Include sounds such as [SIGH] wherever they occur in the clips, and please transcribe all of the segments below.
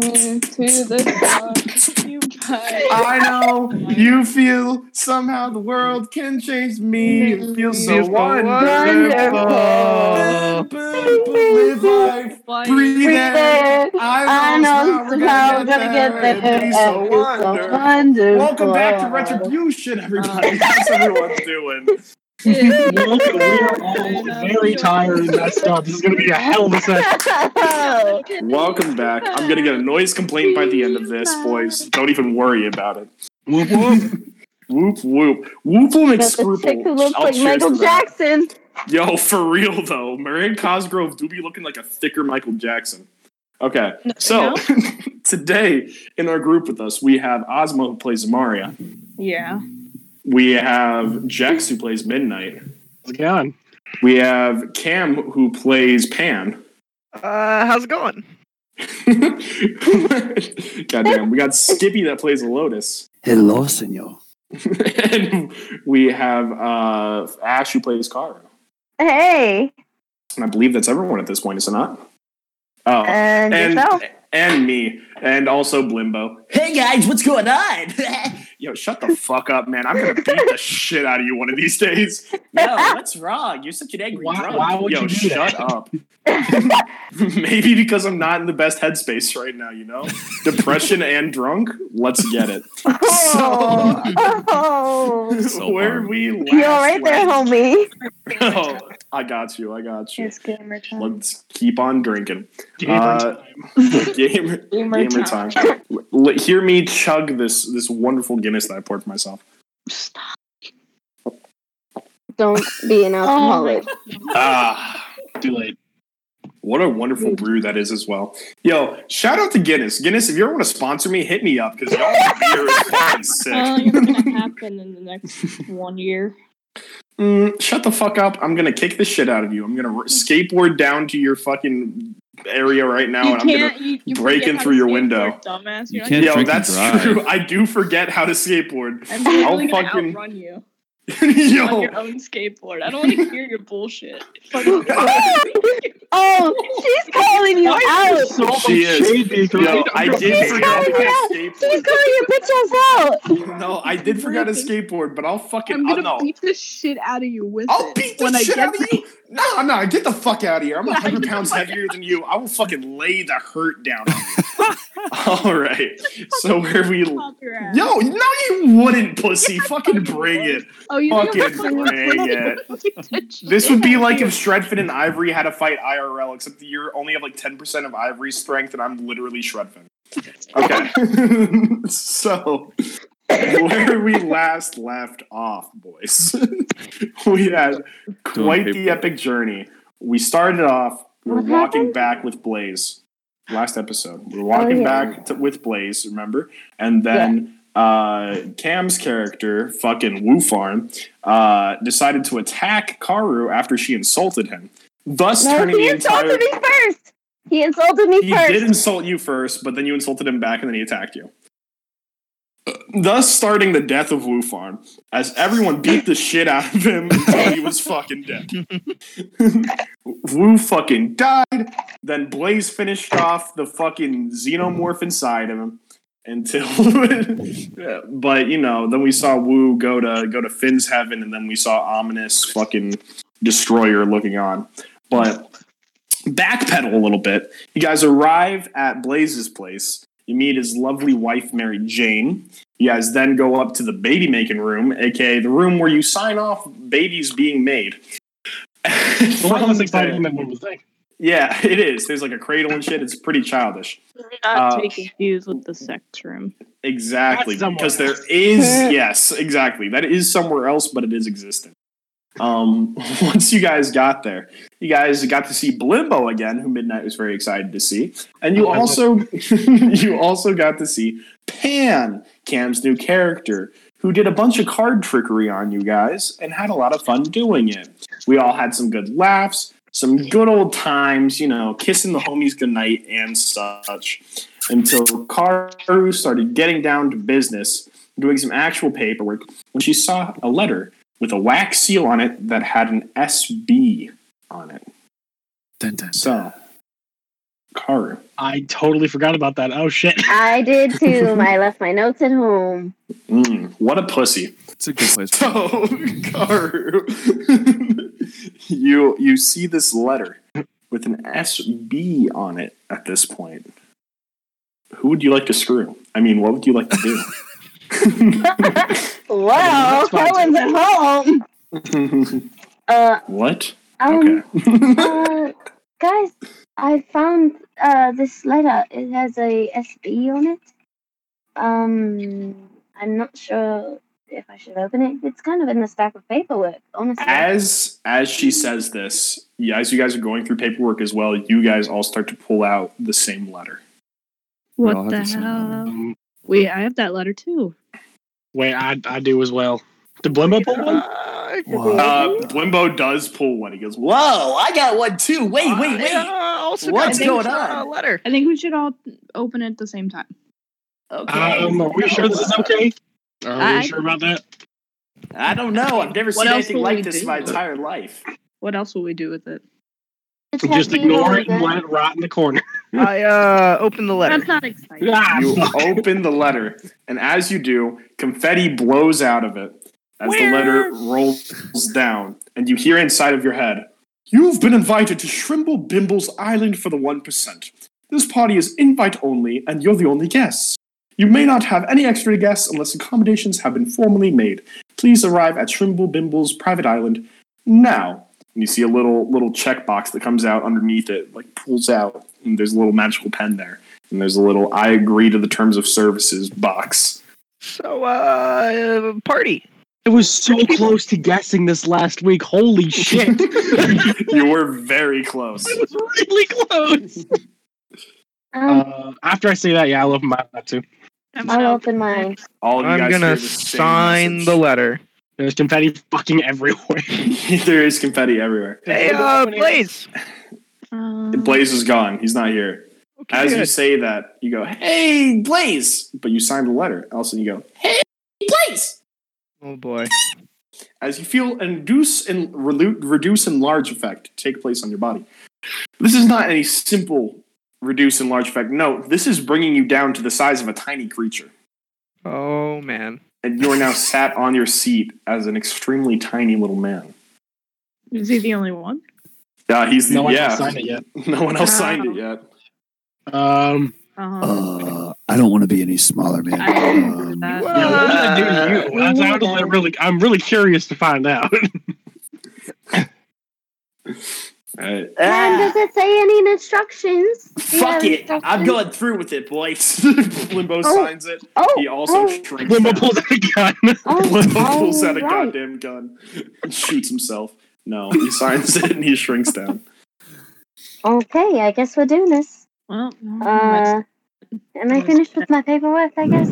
into the dark. You might. I know [LAUGHS] you feel somehow the world can change me. It feels so Feels wonderful. Live life, Like, breathe Breathe it. it. I I know somehow know somehow we're gonna get there. It'd be It's so so wonderful. wonderful. Welcome back to Retribution, everybody. [LAUGHS] How's everyone doing? it's Look, we are all very tired and messed up. This is going to be a hell of [LAUGHS] a session. Welcome back. I'm gonna get a noise complaint by the end of this, boys. Don't even worry about it. Whoop, [LAUGHS] whoop. Whoop whoop. Whoop will make Got the scruple. chick who looks I'll like cheers Michael to that. Jackson. Yo, [LAUGHS] for real though, Marianne Cosgrove do be looking like a thicker Michael Jackson. Okay, so [LAUGHS] today in our group with us we have Ozma who plays Maria. Yeah. We have Jax who plays Midnight. How's it going? We have Cam who plays Pan. Uh, how's it going? [LAUGHS] Goddamn, we got Skippy that plays Lotus, [LAUGHS] Hello, senor. and we have uh, Ash who plays Kara. Hey, And I believe that's everyone at this point, is it not? Oh, and, and [LAUGHS] yourself. and me, and also Blimbo. Hey guys, what's going on? [LAUGHS] Yo, shut the fuck up, man! I'm gonna beat the shit out of you one of these days. Yo, what's wrong? You're such an angry Why- drunk. why would Yo, you do shut that? [LAUGHS] up. [LAUGHS] Maybe because I'm not in the best headspace right now, you know? Depression and drunk? Let's get [LAUGHS] it. [LAUGHS] Oh, oh. So Where far. we last you're right there, left- homie. [LAUGHS] Oh, I got you, I got you. It's gamer time. Let's keep on drinking. Gamer Uh, gamer, Gamer gamer time. time. L- l- hear me chug this this wonderful Guinness that I poured for myself. Don't be an alcoholic. Ah, Too late. what a wonderful brew that is as well. Yo, shout out to Guinness. Guinness, if you ever want to sponsor me, hit me up because y'all beer is fucking Well, sick. Oh, you're gonna happen in the next one year. Mm, shut the fuck up. I'm gonna kick the shit out of you. I'm gonna r- skateboard down to your fucking area right [LAUGHS] now, you and I'm gonna can't. You, you break forget in how through to your skateboard, window. dumbass. You You're can't Yo, drink and that's drive. true. I do forget how to skateboard. Like, I'm literally I'll gonna fucking- outrun you on [LAUGHS] Yo, your own skateboard. I don't want to hear your [LAUGHS] bullshit. Fucking- Oh, she's calling you out. So much She is. shade being thrown. yo, I did She's forget how calling you out. to She's skateboard. calling your bitch ass out. No, I did forget a skateboard, but I'll fucking. I'm I'll, gonna no. beat the shit out of you with I'll it beat the when I shit get out of [LAUGHS] you. No, no, get the fuck out of here. I'm a hundred pounds heavier than you. I will fucking lay the hurt down on [LAUGHS] you. All right. So where we? Yo, Pop your ass. no, you wouldn't, pussy. Fucking bring it. Oh, you Fucking bring it. This would be like if Shredfin and Ivory had a fight IRL, except that you're only have like ten percent of Ivory's strength, and I'm literally Shredfin. Okay. [LAUGHS] so where we last left off, boys, [LAUGHS] we had quite the epic journey. We started off we were What walking happened? Oh, back with Blaze. Last episode, we were walking yeah. back to, with Blaze, remember? And then uh, Cam's character, fucking Woo Farm, uh, decided to attack Karu after she insulted him, thus No, turning he the insulted entire. me first. He insulted me He first. did insult you first, but then you insulted him back, and then he attacked you. Thus, starting the death of Wu Farm, as everyone beat the shit out of him until he was fucking [LAUGHS] dead. Wu fucking died. Then Blaze finished off the fucking xenomorph inside of him until. [LAUGHS] but you know, then we saw Wu go to go to Finn's heaven, and then we saw ominous fucking destroyer looking on. But backpedal a little bit. You guys arrive at Blaze's place. You meet his lovely wife, Mary Jane. You guys then go up to the baby making room, aka the room where you sign off babies being [LAUGHS] made. It's a lot less exciting than one would think. Yeah, [LAUGHS] it is. There's like a cradle and shit. It's pretty childish. Not Uh, to be confused with the sex room. Exactly. That's somewhere Because there else. [LAUGHS] is yes, exactly. That is somewhere else, but it is existent. Um [LAUGHS] once you guys got there, you guys got to see Blimbo again, who Midnight was very excited to see. And you Oh, I love also [LAUGHS] you also got to see Pan, Cam's new character, who did a bunch of card trickery on you guys and had a lot of fun doing it. We all had some good laughs, some good old times, you know, kissing the homies goodnight and such until Karu started getting down to business, doing some actual paperwork, when she saw a letter with a wax seal on it that had an SB on it. Dun, dun. So, Karu. I totally forgot about that. Oh shit. I did too. I left my notes at home. Mm, what a pussy. It's a good place. So, Karu, [LAUGHS] you you see this letter with an SB on it at this point. Who would you like to screw? I mean, what would you like to do? Well, That's fine, Colin's at home. Uh, what? um, Okay. uh, guys, I found uh this letter. It has a SB on it. Um, I'm not sure if I should open it. It's kind of in the stack of paperwork, honestly. As as she says this, yeah, as you guys are going through paperwork as well, you guys all start to pull out the same letter. We all What have the the same hell? Um, Wait, I have that letter too. wait, I, I do as well. Did Blimbo pull one? Uh, Wow. Uh, Blimbo does pull one. He goes, "Whoa!" Whoa, I got one too. Wait, wait, Ah, wait. yeah, I Uh, also What's got a going on? uh, letter. I think we should all open it at the same time. Okay. Um, are we sure this is okay? Are we I- sure about that? I don't know. I've never What seen else anything will we like this do? in my entire life. What else will we do with it? It's Just happy and all ignore it and that. let it rot in the corner. I uh, opened the letter. That's not exciting. Ah, [LAUGHS] You fuck. open the letter, and as you do, confetti blows out of it as the letter rolls down, and you hear inside of your head, "You've been invited to Shrimble Bimble's Island for the one percent. This party is invite only, and you're the only guest. You may not have any extra guests unless accommodations have been formally made. Please arrive at Shrimble Bimble's private island now." And you see a little little checkbox that comes out underneath it, like pulls out, and there's a little magical pen there and there's a little I agree to the terms of services box. [LAUGHS] So, uh, party. It was so close to guessing this last week. [LAUGHS] Holy shit. [LAUGHS] you were very close. It was really close. Um, Uh, after I say that, yeah, I'll open my laptop too. I'm, I'll open mine. All of you guys I'm hear gonna the same sign the message. letter. There's confetti fucking everywhere. [LAUGHS] [LAUGHS] there is confetti everywhere. Hey, uh, Blaze. Um, Blaze is gone. He's not here. Okay, As you good. say that, you go, "Hey, Blaze!" But you signed a letter. Also, you go, Please. oh boy. as you feel an induce and relu- reduce and large effect take place on your body. This is not any simple reduce and large effect. No, this is bringing you down to the size of a tiny creature. Oh man. and you are [LAUGHS] now sat on your seat as an extremely tiny little man. Um, is he the only one? Yeah, he's the, No one yeah. has signed it yet. [LAUGHS] No one else signed it yet. Um, Um, Uh, I don't want to be any smaller, man. I don't Um, that. Well, yeah, what did I do Uh, to you? That's, I'm, just really, I'm really curious to find out. [LAUGHS] Alright. Man, does it say any instructions? Do you Fuck have it. I'm instructions? going through with [LAUGHS] it, boys. Limbo signs it. Oh, [LAUGHS] He also oh, shrinks. Limbo down. pulls out a gun. oh, [LAUGHS] Limbo pulls out a alright. goddamn gun and shoots himself. No, he signs it and he shrinks down. Okay, I guess we're doing this. Well, no, Uh, am I finished with my paperwork? I guess.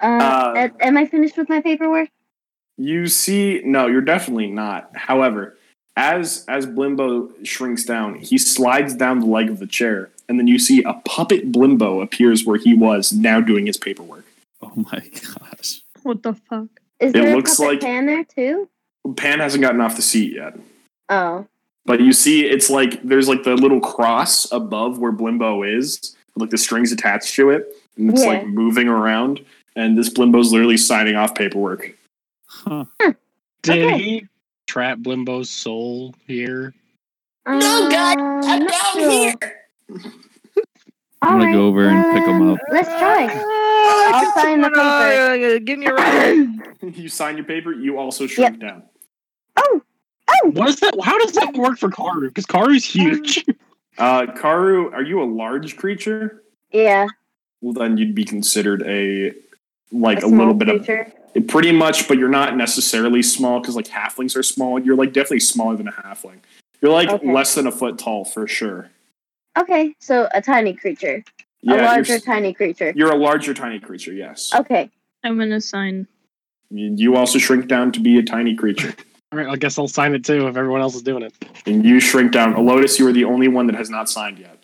Uh, Uh, a- am I finished with my paperwork? You see, no, you're definitely not. However, as as Blimbo shrinks down, he slides down the leg of the chair, and then you see a puppet Blimbo appears where he was now doing his paperwork. oh my gosh. what the fuck? Is there looks a puppet like- pan there too? Pan hasn't gotten off the seat yet. Oh, But you see, it's like there's like the little cross above where Blimbo is, with like the strings attached to it, and it's Yeah. like moving around. And this Blimbo's literally signing off paperwork. [LAUGHS] Huh. Did Okay. he trap Blimbo's soul here? Uh, No, guys, I'm down [LAUGHS] here. I'm gonna go over and pick 'em um, up. Let's try. Uh, I'll sign the uh, uh, give me a [COUGHS] ride. you sign your paper, you also shrink down. oh, oh, What is that? How does that work for Karu? Because Karu's huge. Uh, Karu, are you a large creature? yeah. Well, then you'd be considered a like a, small little bit creature. of pretty much, but you're not necessarily small because like halflings are small. You're like definitely smaller than a halfling. You're like Okay. less than a foot tall for sure. Okay, so a tiny creature, Yeah, a you're larger s- tiny creature. You're a larger, tiny creature. Yes. Okay. I'm gonna sign. You you also shrink down to be a tiny creature, All right, I guess I'll sign it too if everyone else is doing it. and you shrink down. Elotus, you are the only one that has not signed yet.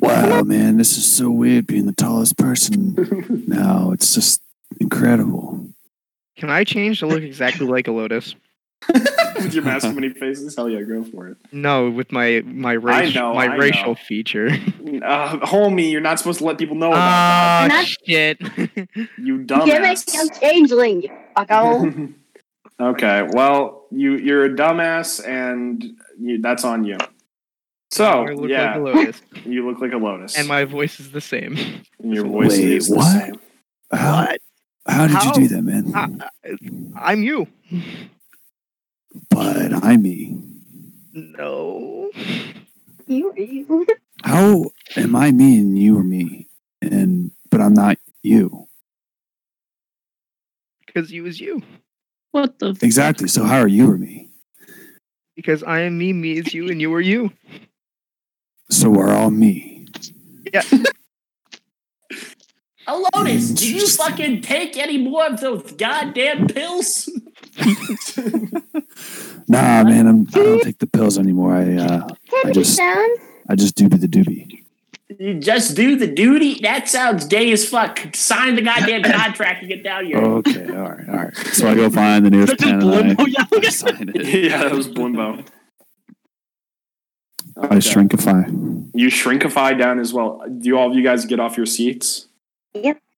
Wow, man, this is so weird being the tallest person now. It's just incredible. Can I change to look exactly like a lotus? With your mask of many faces? Hell yeah, go for it. No, with my my I racial know, my I racial know. Oh, feature. Uh, homie, you're not supposed to let people know about Ah, Not- shit. [LAUGHS] that. You Gimmick dumbass. of changeling, you [LAUGHS] fucko. okay, well, you you're a dumbass, and you, that's on you. So I look like Oh, yeah, a lotus, you look like a lotus, and my voice is the same. And your voice Wait, is the what? same. How, how did How? you do that, man? Ah. I'm you. But I'm me. No. You, you. How am I me and you are me? And but I'm not you. Because you is you. What the? F- Exactly. So how are you or me? Because I am me, me is you, and you are you. So we're all me. Oh, Lotus, do you fucking take any more of those goddamn [LAUGHS] pills? Nah, man. I'm, I don't take the pills anymore. I uh, I Tippity just- sound. I just doobie the doobie. You just do the duty? That sounds gay as fuck. [LAUGHS] Sign the goddamn contract and get down here. Uh, Okay. All right. All right. So I go find the nearest That's pen just and I, Blimbo yelling I at sign [LAUGHS] it. yeah, that was Blimbo. [LAUGHS] I Okay. shrinkify. You shrinkify down as well. Do all of you guys get off your seats?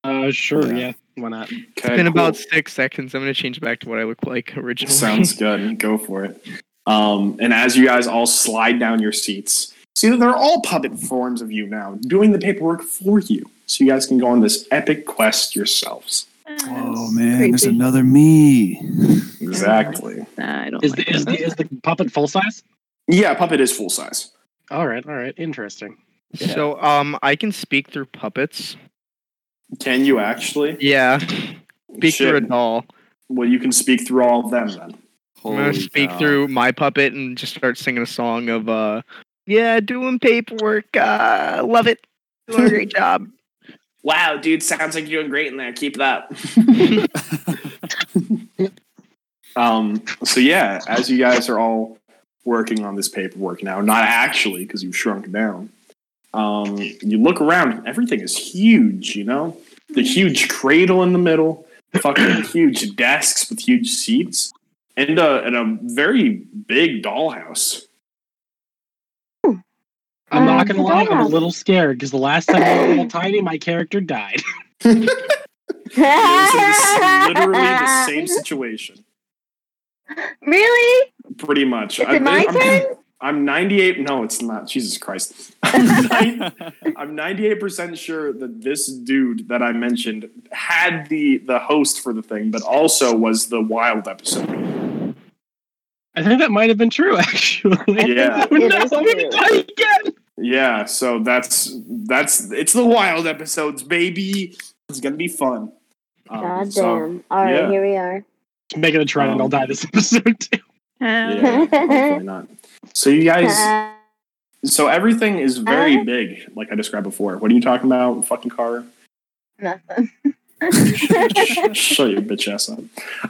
Uh, sure, Yeah. yeah. Why not? Okay, In cool. about six seconds, I'm gonna change back to what I look like originally. Sounds good. Go for it. Um, and as you guys all slide down your seats, see that they're all puppet forms of you now, doing the paperwork for you, so you guys can go on this epic quest yourselves. Oh That's man, there's creepy. another me. Exactly. Nah, I don't. Is like the, is, that. the, is the puppet full size? Yeah, puppet is full size. All right, all right. Interesting. [LAUGHS] So um, I can speak through puppets. Can you actually? Yeah, speak through a Shit. doll. Well, you can speak through all of them then. I'm gonna speak through my puppet and just start singing a song of uh, yeah, doing paperwork. Uh, love it. Doing [LAUGHS] a great job. Wow, dude, sounds like you're doing great in there. Keep it up. Um, so yeah, as you guys are all working on this paperwork now, not actually because you've shrunk down, um, you look around. Everything is huge, you know. The huge cradle in the middle, fucking huge desks with huge seats, and a and a very big dollhouse. I'm not Um, gonna lie, I'm yeah. a little scared because the last time I was a little tiny, my character died. [LAUGHS] It's literally the [LAUGHS] same situation, Really? pretty much. Is it my think- turn? I'm 98. No, it's not. Jesus Christ. [LAUGHS] I'm nine- I'm 98% sure that this dude that I mentioned had the the host for the thing, but also was the wild episode. I think that might have been true, [LAUGHS] actually. Yeah, [LAUGHS] no, It I'm is gonna true. die again. yeah. So that's that's it's the wild episodes, baby. It's gonna be fun. Um, God so- damn. All right, yeah. here we are. Make it a try and I'll die this [LAUGHS] episode too. Hell yeah, hopefully not. So you [LAUGHS] guys, Uh, so everything is very Uh. big, like I described before. What are you talking about, fucking [LAUGHS] car? nothing. [LAUGHS] Shut your bitch ass up.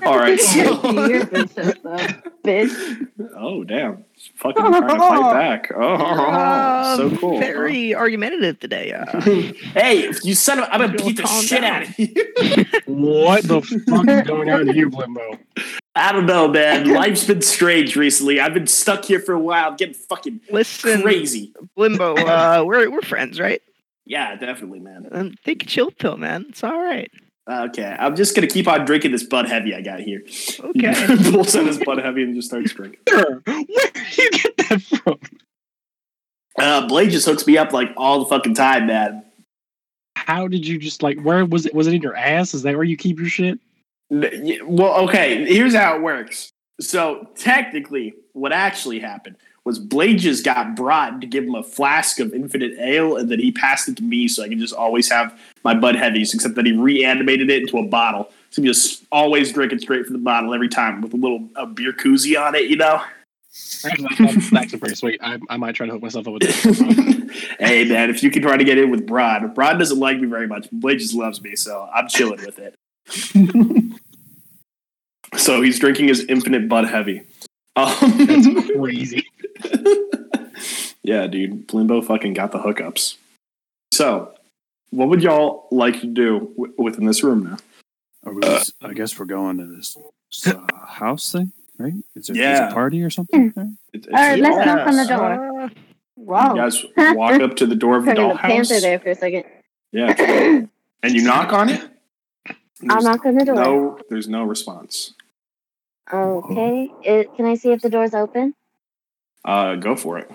All right. So, You're a princess, though. Bitch. oh damn! She's [LAUGHS] Fucking trying to fight back. Oh, Um, so cool. Very argumentative today. [LAUGHS] Uh, Hey, you son of I'm gonna Girl, beat the calm shit down. out of you. [LAUGHS] What the fuck is going on here, Blimbo? I don't know, man. Life's been strange recently. I've been stuck here for a while, getting fucking listen, crazy. Blimbo. Uh, we're we're friends, right? Yeah, definitely, man. Um, take a chill pill, man. It's all right. Okay, I'm just gonna keep on drinking this Bud Heavy I got here. Okay. [LAUGHS] Pulls out [LAUGHS] his butt heavy and just starts drinking. Sure. Where did you get that from? Uh, Blade just hooks me up like all the fucking time, man. How did you just like where was it was it in your ass? Is that where you keep your shit? N- y- Well, okay, here's how it works. So technically, what actually happened was Blade just got brought to give him a flask of infinite ale, and then he passed it to me so I could just always have my Bud Heavies, except that he reanimated it into a bottle. So I'm just always drinking straight from the bottle every time with a little a beer koozie on it, you know? Actually, that's actually pretty sweet. I, I might try to hook myself [LAUGHS] up with that. [LAUGHS] hey, man, if you can try to get in with Brod. Brod doesn't like me very much. Blade just loves me, so I'm chilling with it. [LAUGHS] So he's drinking his infinite butt heavy. [LAUGHS] That's Um, crazy. yeah, dude. Blimbo fucking got the hookups. So, what would y'all like to do w- within this room now? Are we, I guess we're going to this, this, uh, house thing. right? Is there, Yeah. there's a party or something? there? It's, it's All right, let's yeah. knock on the door. Oh. Uh, You [LAUGHS] Wow. guys walk up to the door of the Turning the panther dollhouse. there for [CLEARS THROAT] a second. Yeah, I'll and you knock on [LAUGHS] it. There's knock on the door. No, there's no response. Okay. It, can I see if the door's open? Uh, go for it.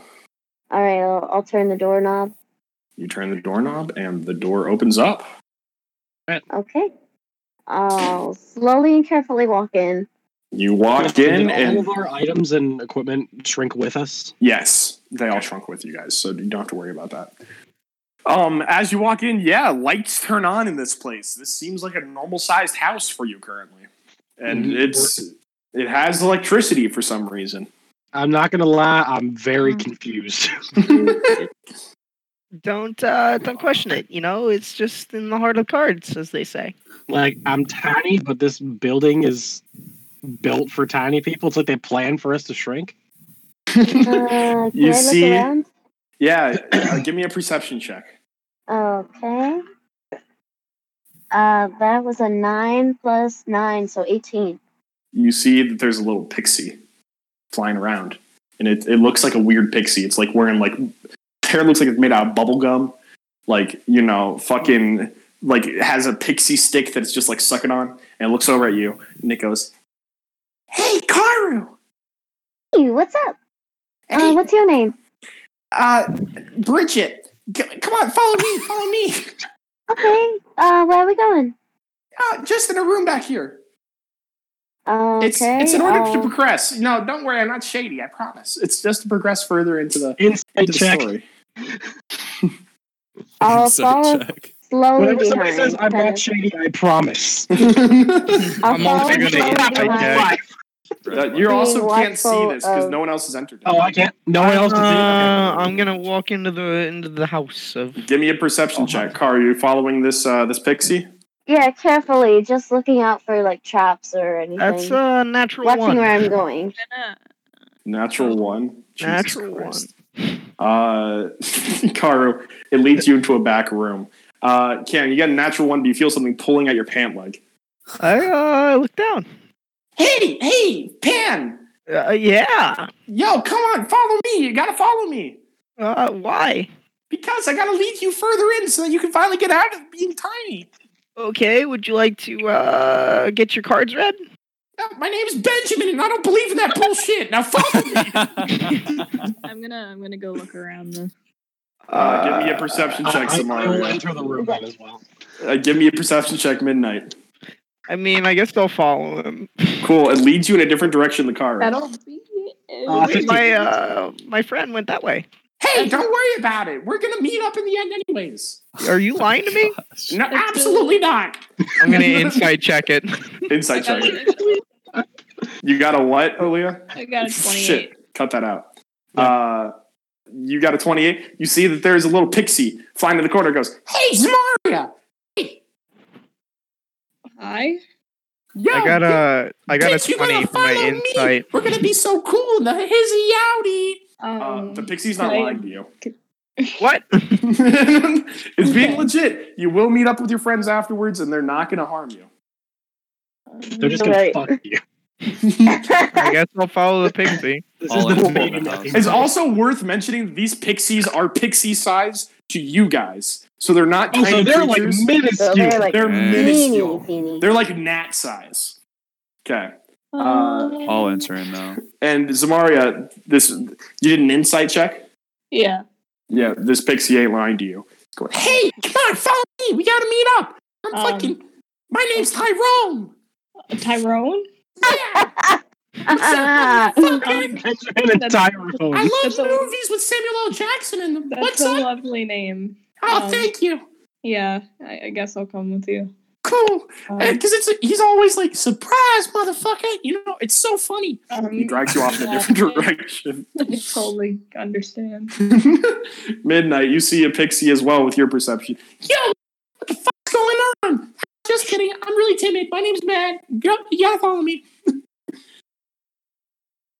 All right. I'll, I'll turn the doorknob. You turn the doorknob, and the door opens up. Okay. I'll slowly and carefully walk in. You walk Did in, all and of our items and equipment shrink with us? Yes, they all shrunk with you guys, so you don't have to worry about that. Um, as you walk in, yeah, lights turn on in this place. This seems like a normal sized house for you currently, and Mhm. it's it has electricity for some reason. I'm not gonna lie, I'm very confused. [LAUGHS] don't uh, don't question it. You know, it's just in the heart of cards, as they say. like I'm tiny, but this building is built for tiny people. It's like they plan for us to shrink. Uh, can You I look see- around? Yeah, uh, give me a perception check. Okay. Uh, that was a nine plus nine, so eighteen. You see that there's a little pixie flying around, and it it looks like a weird pixie. It's like wearing like hair looks like it's made out of bubble gum, like you know, fucking like it has a pixie stick that it's just like sucking on, and it looks over at you, and it goes, "Hey, Karu, Hey, what's up? Uh, what's your name? uh, Bridget, c- come on, follow me, follow me. [LAUGHS] Okay. Uh, where are we going? Uh, just in a room back here. Okay. It's it's in order to uh, progress. No, don't worry, I'm not shady. I promise. It's just to progress further into the Insight into the check. story." I'll Insight follow check. slowly Whenever somebody behind. says I'm kind not of- shady, I promise. [LAUGHS] I'll I'm follow also gonna slowly eat my behind. dog. Uh, you Being also can't see watchful this because of- no one else has entered. Oh, I can't. No one else. Is Uh, I'm gonna walk into the into the house of Give me a perception check. Car, are you following this uh, this pixie? Yeah, carefully, just looking out for like traps or anything. That's a natural Watching one. where [LAUGHS] I'm going. Yeah. Natural Oh. one. Jesus Natural Christ. Uh, [LAUGHS] Karu, it leads you into a back room. Uh, Cam, you got a natural one, but you feel something pulling at your pant leg. one. I uh, look down. Hey, hey, Pan! Uh, yeah. Yo, come on, follow me. You gotta follow me Uh, why? because I gotta lead you further in so that you can finally get out of being tiny. Okay. Would you like to uh, get your cards read? Uh, My name's Benjamin, and I don't believe in that bullshit. Now follow me. I'm gonna I'm gonna go look around this. Uh, give me a perception I, check, I, I will Samara. enter the room then as well. Uh, give me a perception check, Midnight. I mean, I guess they'll follow him. Cool. It leads you in a different direction. The car. That'll be it. Uh, fifteen. My uh, my friend went that way. Hey, don't worry about it. We're gonna meet up in the end, anyways. Are you lying to me? No, That's not. I'm gonna inside check [LAUGHS] it. I [LAUGHS] Insight got, check. a- You got a what, Aaliyah? I got a 28. [LAUGHS] Shit, cut that out. Uh, you got a twenty-eight. You see that there's a little pixie flying to the corner. Goes, hey, Samaria. Hi. Yo, I got a I got a bitch, you gotta twenty for my follow me. insight. We're gonna be so cool in the hizzy outie. Um, Uh, the pixie's not can I- lying to you. [LAUGHS] What? it's being legit. You will meet up with your friends afterwards, and they're not going to harm you. They're just gonna Right. fuck you. [LAUGHS] I guess I'll follow the pixie. This All is in the on baby the house. nothing. It's also worth mentioning that these pixies are pixie size to you guys, so they're not [LAUGHS] Oh, tiny so they're like creatures. minuscule. So they're like they're Mm. teeny, minuscule. teeny. [LAUGHS] They're like gnat size. Okay, um, I'll enter in now. and Zamaria, this you did an insight check. yeah. Yeah, this pixie ain't lying to you. It's going, hey, come on, follow me. We gotta meet up. I'm Um, [LAUGHS] fucking. My name's Tyrone. [LAUGHS] Tyrone? Yeah. Ah, I'm Benjamin and Tyrone. I love Um, That's a- movies with Samuel L. Jackson in them. That's What's a up? lovely name. Oh, um, thank you. Yeah, I, I guess I'll come with you. Cool. Um, Because it's he's always like, surprise, motherfucker. You know, it's so funny. He um, drags you off in a different [LAUGHS] direction. [LAUGHS] [LAUGHS] I totally understand. Midnight, you see a pixie as well with your perception. Yo, what the fuck's going on? Just kidding. I'm really timid. My name's Matt. You gotta- you gotta follow me.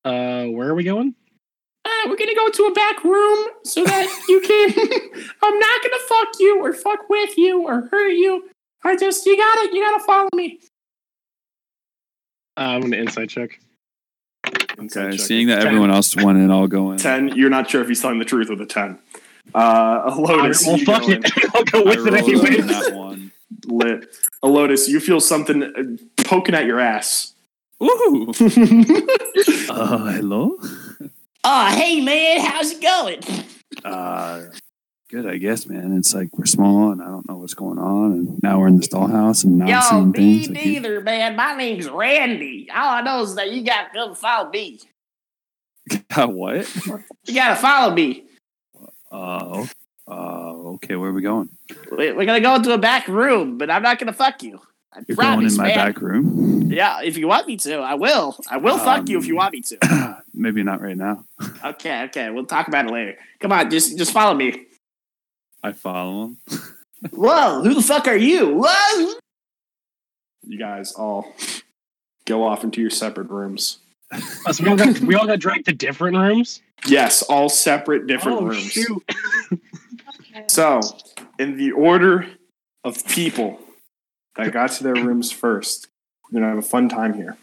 Uh, where are we going? Uh, we're gonna go to a back room so that you can. [LAUGHS] I'm not gonna fuck you or fuck with you or hurt you. I just you gotta you gotta follow me. Uh, I'm gonna insight check. Okay, seeing that everyone else won and all going. ten. You're not sure if he's telling the truth with a ten. Uh, Elotus, well, you fuck go in. it. [LAUGHS] I'll go I with it rolled on anyways. that one. lit. Elotus, you feel something uh, poking at your ass. Ooh. uh, hello. Oh, hey man, how's it going? [LAUGHS] Uh, good, I guess, man. It's like we're small, and I don't know what's going on, and now we're in this dollhouse, and now I'm Yo, seeing me things. like [LAUGHS] you- neither, man. My name's Randy. All I know is that you gotta come follow me. God, Uh, what? You gotta follow me. Uh, o- uh, okay, where are we going? We- We're gonna go into a back room, but I'm not gonna fuck you. I You're going promise, in my man. back room. [CLEARS THROAT] Yeah, if you want me to, I will. I will fuck you if you want me to. Maybe not right now. Okay, okay, we'll talk about it later. Come on, just just follow me. I follow him. Whoa, who the fuck are you? Whoa! You guys all go off into your separate rooms. Us, we, all got, we all got dragged to different rooms. Yes, all separate different oh rooms. shoot! So, in the order of people that got to their rooms first, we're gonna have a fun time here.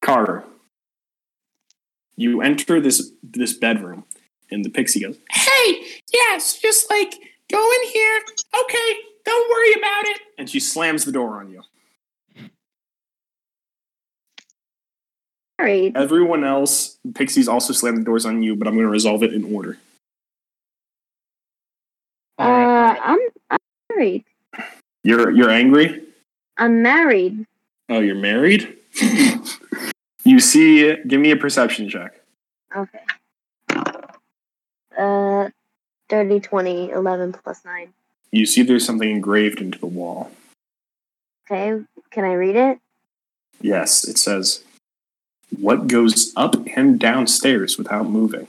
Carter, you enter this this bedroom, and the pixie goes, Hey, yeah, it's just like go in here. Okay, don't worry about it. and she slams the door on you. Married. Everyone else, Pixie's also slammed the doors on you, but I'm gonna resolve it in order. Uh, I'm I'm married. You're you're angry. I'm married. Oh, you're married? you see, give me a perception check. Okay. Uh, 30, 20, 11 plus 9. You see there's something engraved into the wall. Okay, can I read it? Yes, it says, What goes up and downstairs without moving?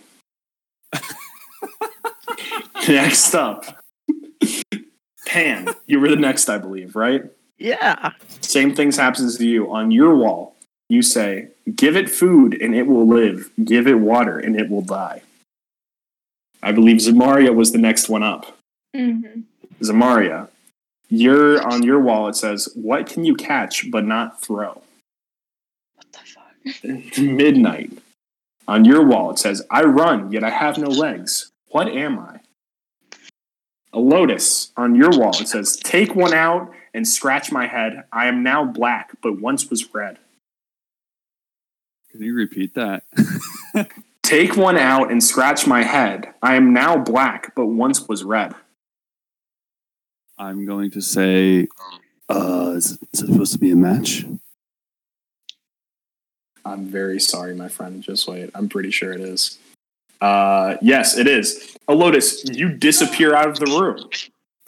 next up, Pan, you were the next, I believe, right? [LAUGHS] Yeah. Same things happens to you on your wall. You say, "Give it food and it will live. Give it water and it will die." I believe Zamaria was the next one up. Mm-hmm. Zamaria, you're on your wall. It says, "What can you catch but not throw?" What the fuck? Midnight. On your wall, it says, "I run, yet I have no legs. What am I?" A lotus on your wall. It says, "Take one out and scratch my head. I am now black, but once was red." Can you repeat that? [LAUGHS] Take one out and scratch my head. I am now black, but once was red. I'm going to say, uh, is it supposed to be a match? I'm very sorry, my friend. Just wait. I'm pretty sure it is. Uh, yes, it is. Elotus, you disappear out of the room.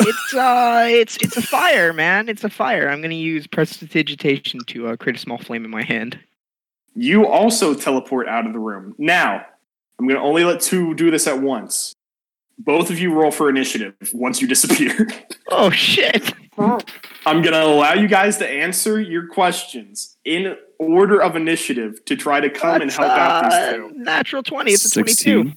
It's uh it's it's a fire, man. It's a fire. I'm gonna use prestidigitation to uh, create a small flame in my hand. You also teleport out of the room. Now, I'm going to only let two do this at once. Both of you roll for initiative once you disappear. [LAUGHS] Oh shit. Fuck. I'm going to allow you guys to answer your questions in order of initiative to try to come and That's, help out uh, these two. Natural twenty, it's a twenty-two.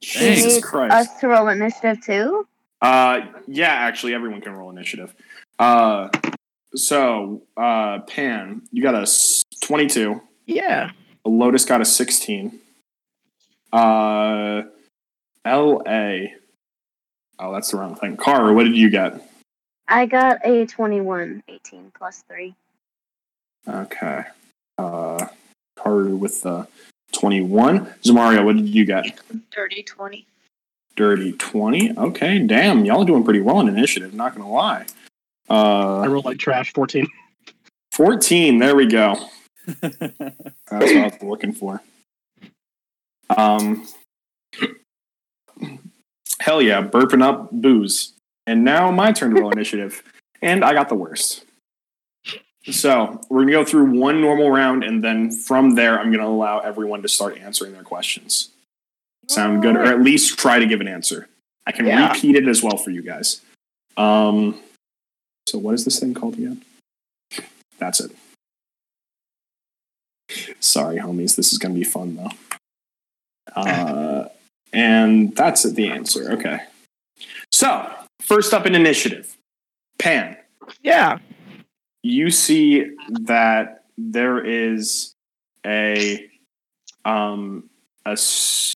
Jesus Need Christ. Us to roll initiative too? Uh, yeah, actually, everyone can roll initiative. Uh, so, uh, Pan, you got a s- 22. Yeah. Lotus got a 16. Uh, L.A. Oh, that's the wrong thing. Car, what did you get? I got a 21, 18 plus 3. Okay. Uh, Karu with the 21. Zamaria, what did you get? Dirty 20. Dirty 20. Okay, damn. Y'all doing pretty well in initiative, not gonna lie. I Uh, rolled like trash. Fourteen. [LAUGHS] 14. There we go. That's what I was looking for. Um, hell yeah, burping up booze. And now my turn to roll [LAUGHS] initiative. And I got the worst. So we're going to go through one normal round, and then from there, I'm going to allow everyone to start answering their questions. Sound good? Or at least try to give an answer. I can Yeah. repeat it as well for you guys. Um, so, what is this thing called again? That's it. Sorry, homies. This is going to be fun, though. Uh, and that's the answer. Okay. So, first up in initiative, Pan, Yeah. you see that there is a um a s-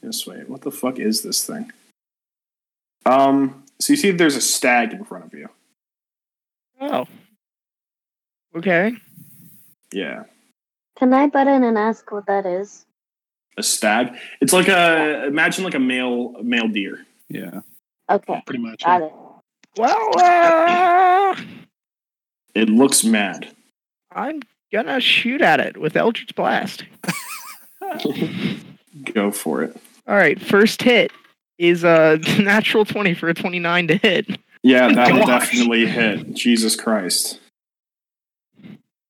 this way. What the fuck is this thing? Um. So you see, there's a stag in front of you. Oh. Okay. Yeah, Can I butt in and ask what that is? a stag. It's like a imagine like a male male deer. [LAUGHS] Yeah. Okay, pretty much. got it. Well, uh, It looks mad. I'm gonna shoot at it with Eldritch Blast. Go for it. All right, first hit is a [LAUGHS] natural 20 for a 29 to hit. Yeah, that will Gosh. definitely hit. Jesus Christ.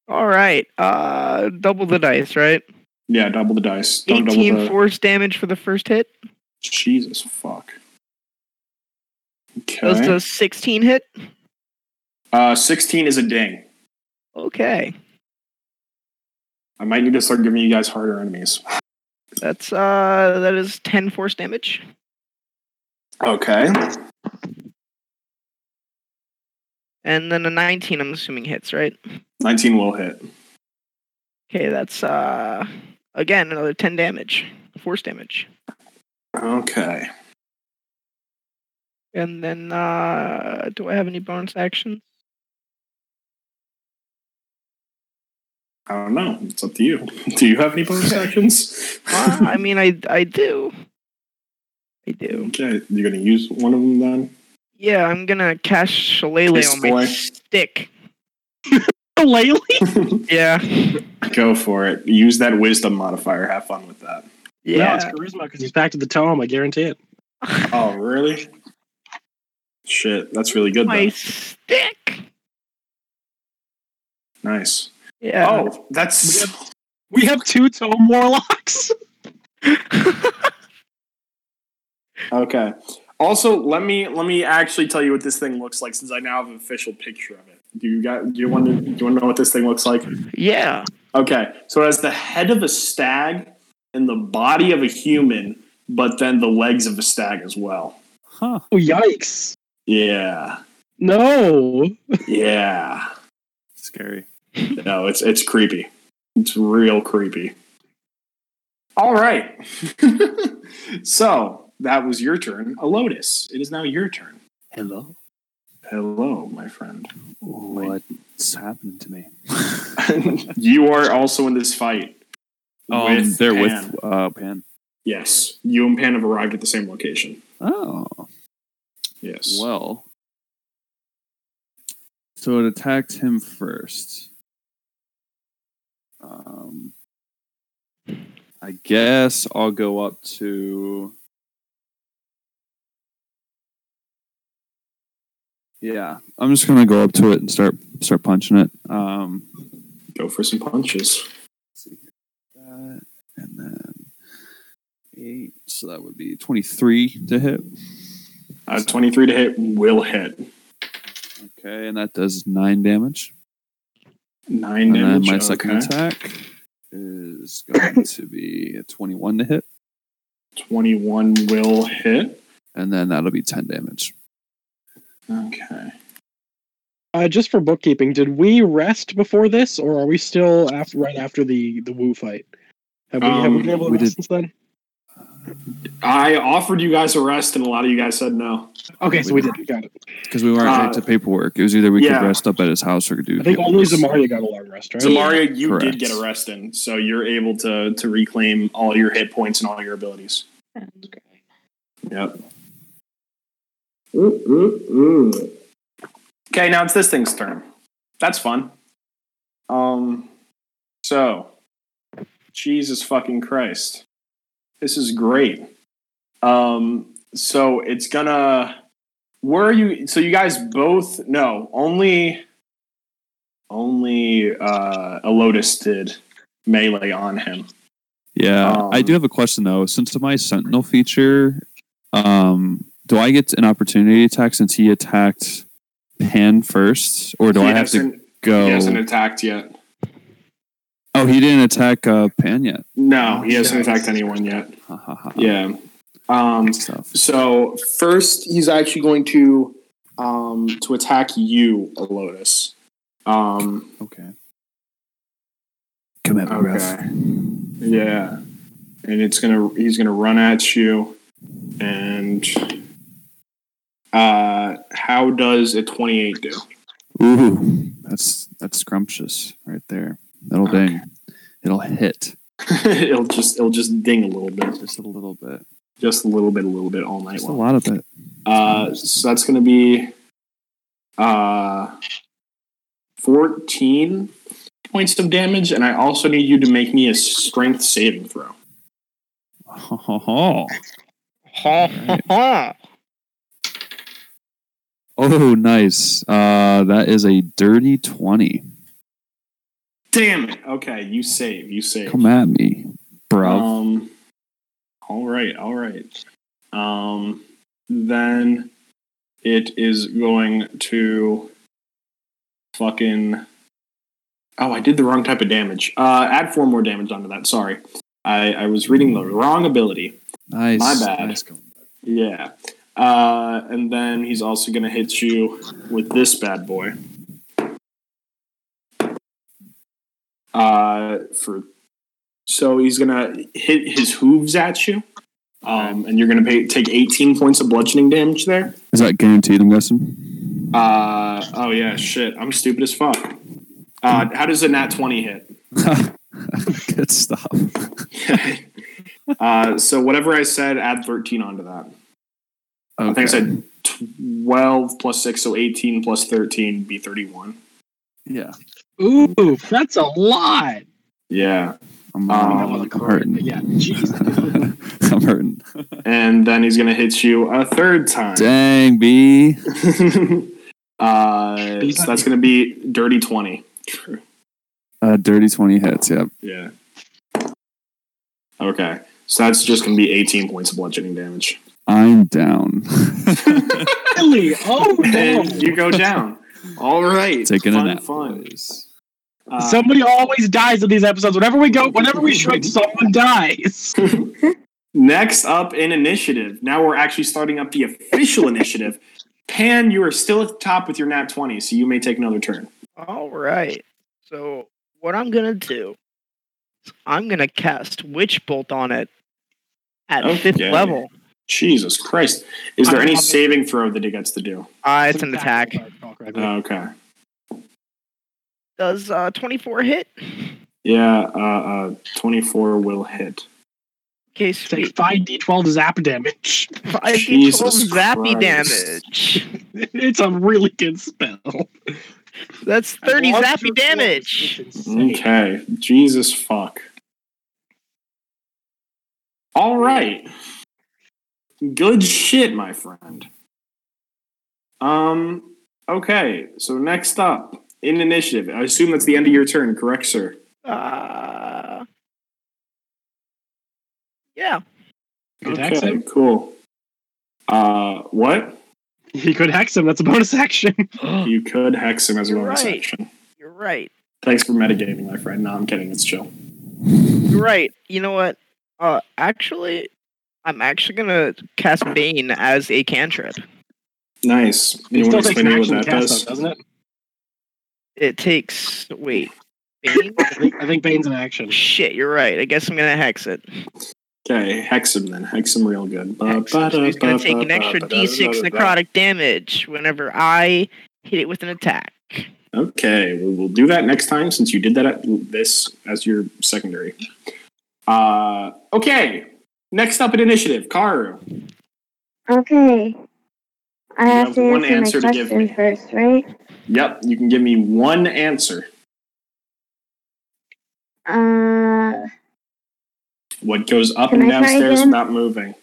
All right, uh, double the dice, right? Yeah, double the dice. Don't double 18 the force damage for the first hit. Jesus fuck. Okay. Does the 16 hit? Uh, 16 is a ding. Okay. I might need to start giving you guys harder enemies. That's uh that is 10 force damage. Okay. And then a 19 I'm assuming hits, right? 19 will hit. Okay, that's uh again another 10 damage. Force damage. Okay. And then uh do I have any bonus [LAUGHS] actions? I don't know. It's up to you. [LAUGHS] Do you have any bonus actions? Uh, I mean I I do. I do. [LAUGHS] okay. You're going to use one of them then? Yeah, I'm gonna cast Shillelagh Kiss on my boy. stick. [LAUGHS] Laylee? Yeah. [LAUGHS] Go for it. Use that wisdom modifier. Have fun with that. No, Yeah. it's charisma because he's back to the tome. I guarantee it. [LAUGHS] Oh, really? Shit. That's really good, [LAUGHS] [LAUGHS] my though. stick. Nice. Yeah. Oh, that's. We have two tome warlocks. Oh. Okay. Also, let me let me actually tell you what this thing looks like since I now have an official picture of it. Do you got do you want to do you want to know what this thing looks like? [LAUGHS] yeah. Okay. So it has the head of a stag and the body of a human, but then the legs of a stag as well. Huh. [LAUGHS] Oh, yikes. Yeah. No. Yeah. Scary. No, it's it's creepy. It's real creepy. All right. [LAUGHS] so, that was your turn. A lotus. It is now your turn. Hello. Hello, my friend. What's happening to me? [LAUGHS] [LAUGHS] you are also in this fight. Um, they're Pan. with uh, Pan. Yes. You and Pan have arrived at the same location. Oh. Yes. Well. So it attacked him first. Um, I guess I'll go up to. Yeah, I'm just gonna go up to it and start start punching it. Um, Go for some punches. let's see here. That, and then eight, so that would be 23 to hit. Uh, 23 to hit will hit. Okay, and that does nine damage. Nine and damage. then my okay. second attack is [COUGHS] going to be a 21 to hit, 21 will hit. and then that'll be 10 damage. Okay. Uh, just for bookkeeping, did we rest before this, or are we still after, right after the the Woo fight? Have we, have we Um, been able to we did- rest since then? I offered you guys a rest, and a lot of you guys said no. Okay, so we did. Got it. Because we weren't Uh, right to paperwork. It was either we yeah. could rest up at his house or do. I think only paperwork. Zamaria got a long rest, right? So, Mario, you Correct. did get a rest in, so you're able to, to reclaim all your hit points and all your abilities. Sounds great. Yep. Okay, now it's this thing's turn. That's fun. Um, so Jesus fucking Christ, this is great. Um, so it's gonna. Where are you? So you guys both? No, only, only uh, Elotus did melee on him. Yeah, I Um, do have a question though. Since my Sentinel feature, um, do I get an opportunity attack since he attacked Pan first, or do he I have to hasn't, go? He hasn't attacked yet. oh, he didn't attack uh, Pan yet. No, he hasn't Yeah. attacked anyone yet. Ha ha ha. Yeah. Um, Good stuff. so first, he's actually going to um, to attack you, Elotus. Um, Okay. Come at me, Okay. Yeah. And it's gonna he's gonna run at you. And uh how does a twenty eight do? [LAUGHS] Ooh, that's that's scrumptious right there. That'll ding. It'll hit it'll just it'll just ding a little bit. just a little bit. Just a little bit, a little bit all night Just a long. lot of it. [LAUGHS] Uh so that's gonna be uh fourteen points of damage, and I also need you to make me a strength saving throw. Oh, Ha ha ha. Oh, nice. Uh, that is a dirty twenty. Damn it. Okay, you save. You save. Come at me, bro. Um, all right, all right. Um, then it is going to fucking. Oh, I did the wrong type of damage. Uh, add four more damage onto that. Sorry, I, I was reading the wrong ability. nice. my bad. Nice going. Yeah. Uh, and then he's also gonna hit you with this bad boy. Uh, for so he's gonna hit his hooves at you, um, and you're gonna pay, take 18 points of bludgeoning damage there. Is that guaranteed? I'm guessing. [LAUGHS] Uh, oh yeah, shit, I'm stupid as fuck. Uh, how does a nat 20 hit? [LAUGHS] Good stuff. uh, so whatever I said, add 13 onto that. I think I said 12 plus 6, so 18 plus 13 be 31. Yeah. Ooh, that's a lot. Yeah. I'm, Um, I mean, I'm on the Ah, I'm card, hurting. but yeah, [LAUGHS] jeez. I'm hurting. And then he's going to hit you a third time. Dang, B. [LAUGHS] uh, so that's going to be dirty 20. Uh, dirty 20 hits. Yep. [LAUGHS] Yeah. Okay. So that's just going to be 18 points of bludgeoning damage. I'm down. [LAUGHS] really? [LAUGHS] Oh no! And you go down. All right. Taking a fun, nap. Fun. boys. Uh, Somebody always dies in these episodes. Whenever we go, whenever we shrink, someone dies. Next up in initiative. Now we're actually starting up the official initiative. Pan, you are still at the top with your nat 20, so you may take another turn. All right. So what I'm gonna do is I'm gonna cast Witch Bolt on it at fifth Okay. level. Jesus Christ. Is there I'm any probably- saving throw that it gets to do? Uh, it's an attack. Oh, okay. Does uh, 24 hit? Yeah, uh, uh, 24 will hit. Okay, Take sweet. five d twelve zap damage. [LAUGHS] Five d Jesus 12 zappy Christ. damage. It's a really good spell. That's 30 Launch your zappy blows. damage. It's insane. Okay. Jesus fuck. All right. Good shit, my friend. Um, okay. So next up, in initiative. I assume that's the end of your turn, correct, sir? Uh, yeah. Could hex him. cool. Uh, what? [LAUGHS] He could hex him. That's a bonus action. You could hex him as a You're bonus right. action. You're right. Thanks for metagaming, my friend. No, I'm kidding. It's chill. You're right. You know what? Uh, actually, I'm actually gonna cast Bane as a cantrip. Nice. He You still want to takes explain to an me what action that to cast, does? though, doesn't it? It takes wait. Bane? I think, I think Bane's an action. Shit, you're right. I guess I'm gonna hex it. Okay, hex him then. Hex him real good. Uh, Ba- Hex. So ba- it's gonna ba- take an ba- extra ba- D6 ba- ba- necrotic damage whenever I hit it with an attack. Okay, we'll, we'll do that next time since you did that at this as your secondary. Uh, okay, next up in initiative, Karu. Okay. I have, have to one answer, answer to my give question me. first, right? Yep, you can give me one answer. Uh, What goes up Can and I try downstairs again? without moving?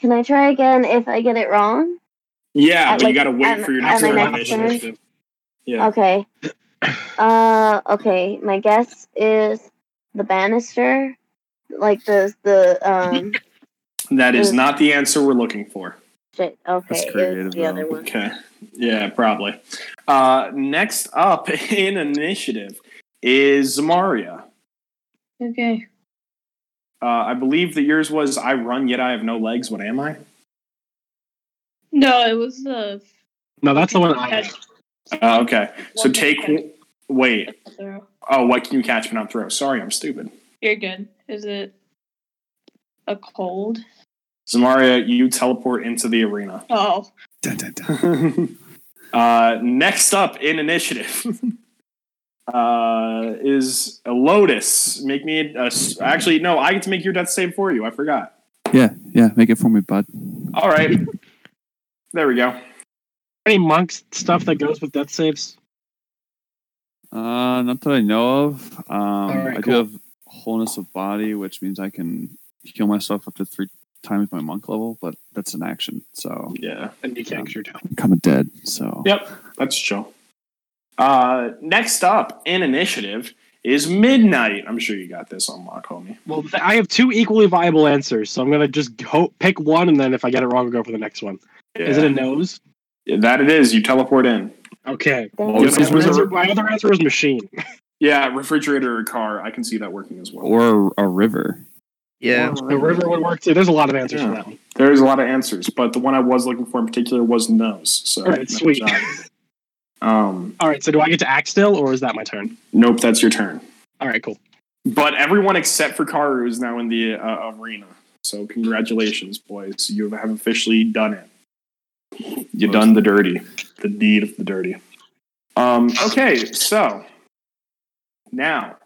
can I try again if I get it wrong? Yeah, At, but like, you gotta wait um, for your at next my turn next initiative. turn. Yeah. Okay. Uh, okay. My guess is the banister, like the the um. That is Mm. not the answer we're looking for. shit. Okay, it creative, was the other though. one. [LAUGHS] Okay. Yeah, probably. Uh, next up [LAUGHS] in initiative is Zamaria. Okay. Uh, I believe that yours was I run yet I have no legs. What am I? No, it was uh, the No, that's the one I Yes. have. Uh, okay. So take Wait. throw. Oh, what can you catch but not throw? Sorry, I'm stupid. You're good. Is it a cold? Zamaria, you teleport into the arena. Oh, Dun, dun, dun. [LAUGHS] uh, next up in initiative [LAUGHS] uh, is a Lotus. Make me a, s- actually no. I get to make your death save for you. I forgot. Yeah, yeah. Make it for me, bud. All right, there we go. Any monk stuff that goes with death saves? Uh, not that I know of. Um, right, I do cool. have wholeness of body, which means I can heal myself up to three times my monk level, but that's an action, so Yeah, And you can't 'cause you're down. I'm kind of dead. So yep, that's chill. Uh, next up in initiative is Midnight. I'm sure you got this on lock, homie. Well, th- I have two equally viable answers, so I'm gonna just ho- pick one, and then if I get it wrong, I'll go for the next one. Is it a nose? Yeah, that? It is. You teleport in. Okay. Oh, Well, My this is other, wizard- answer, my other answer was machine. Yeah, refrigerator or car. I can see that working as well. or a [LAUGHS] river. Yeah. The river would work too. There's a lot of answers for Yeah. that one. There's a lot of answers, but the one I was looking for in particular was nose. So All right, nice sweet. job. Um, All right, so do I get to act still, or is that my turn? nope, that's your turn. All right, cool. But everyone except for Karu is now in the uh, arena. So congratulations, boys! You have officially done it. You done the dirty, the deed of the dirty. Um, okay, so now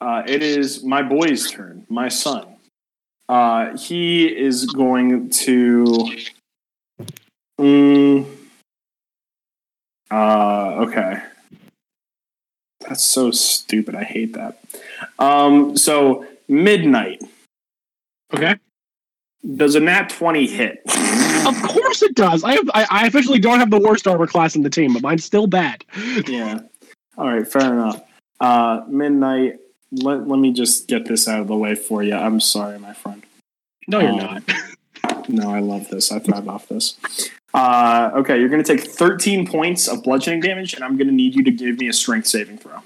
uh, it is my boy's turn. My son. Uh, he is going to. Mm, uh, okay. That's so stupid. I hate that. Um, so midnight. Okay. Oh, Does a nat twenty hit? Of course it does. I have. I, I officially don't have the worst armor class in the team, but mine's still bad. yeah. All right. Fair enough. Uh, midnight. Let Let me just get this out of the way for you. I'm sorry, my friend. No, you're Um, not. No, I love this. I thrive off this. Uh, okay, you're going to take 13 points of bludgeoning damage, and I'm going to need you to give me a strength saving throw.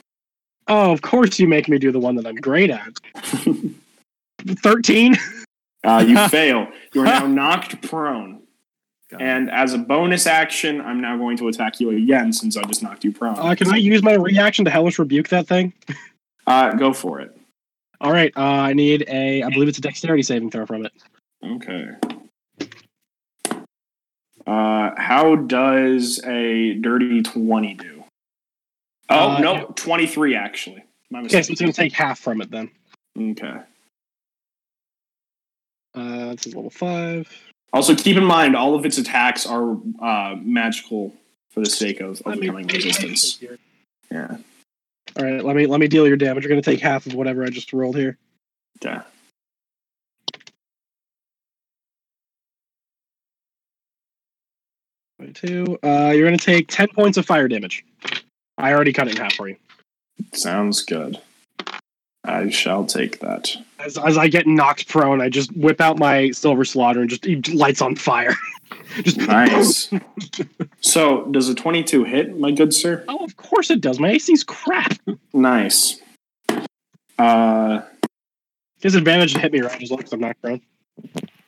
Oh, of course you make me do the one that I'm great at. Thirteen. Uh, [LAUGHS] you fail. You are now knocked prone. And as a bonus action, I'm now going to attack you again since I just knocked you prone. Uh, can I use my reaction to hellish rebuke that thing? Uh, go for it. All right. Uh, I need a. I believe it's a dexterity saving throw from it. Okay. Uh, how does a dirty 20 do? Oh, Uh, no, 23 actually. My Okay, mistake. so it's gonna take half from it then. Okay. Uh, this is level five. Also, keep in mind, all of its attacks are uh, magical for the sake of overcoming resistance. Yeah. All right, let me let me deal your damage. You're gonna take half of whatever I just rolled here. Yeah. Twenty-two. Uh, you're gonna take ten points of fire damage. I already cut it in half for you. Sounds good. I shall take that. As, as I get knocked prone, I just whip out my silver slaughter and just he lights on fire. [LAUGHS] just Nice. so, does a 22 hit, my good sir? Oh, of course it does. My AC's crap. Nice. Uh, Disadvantage to hit me right as long as I'm knocked prone.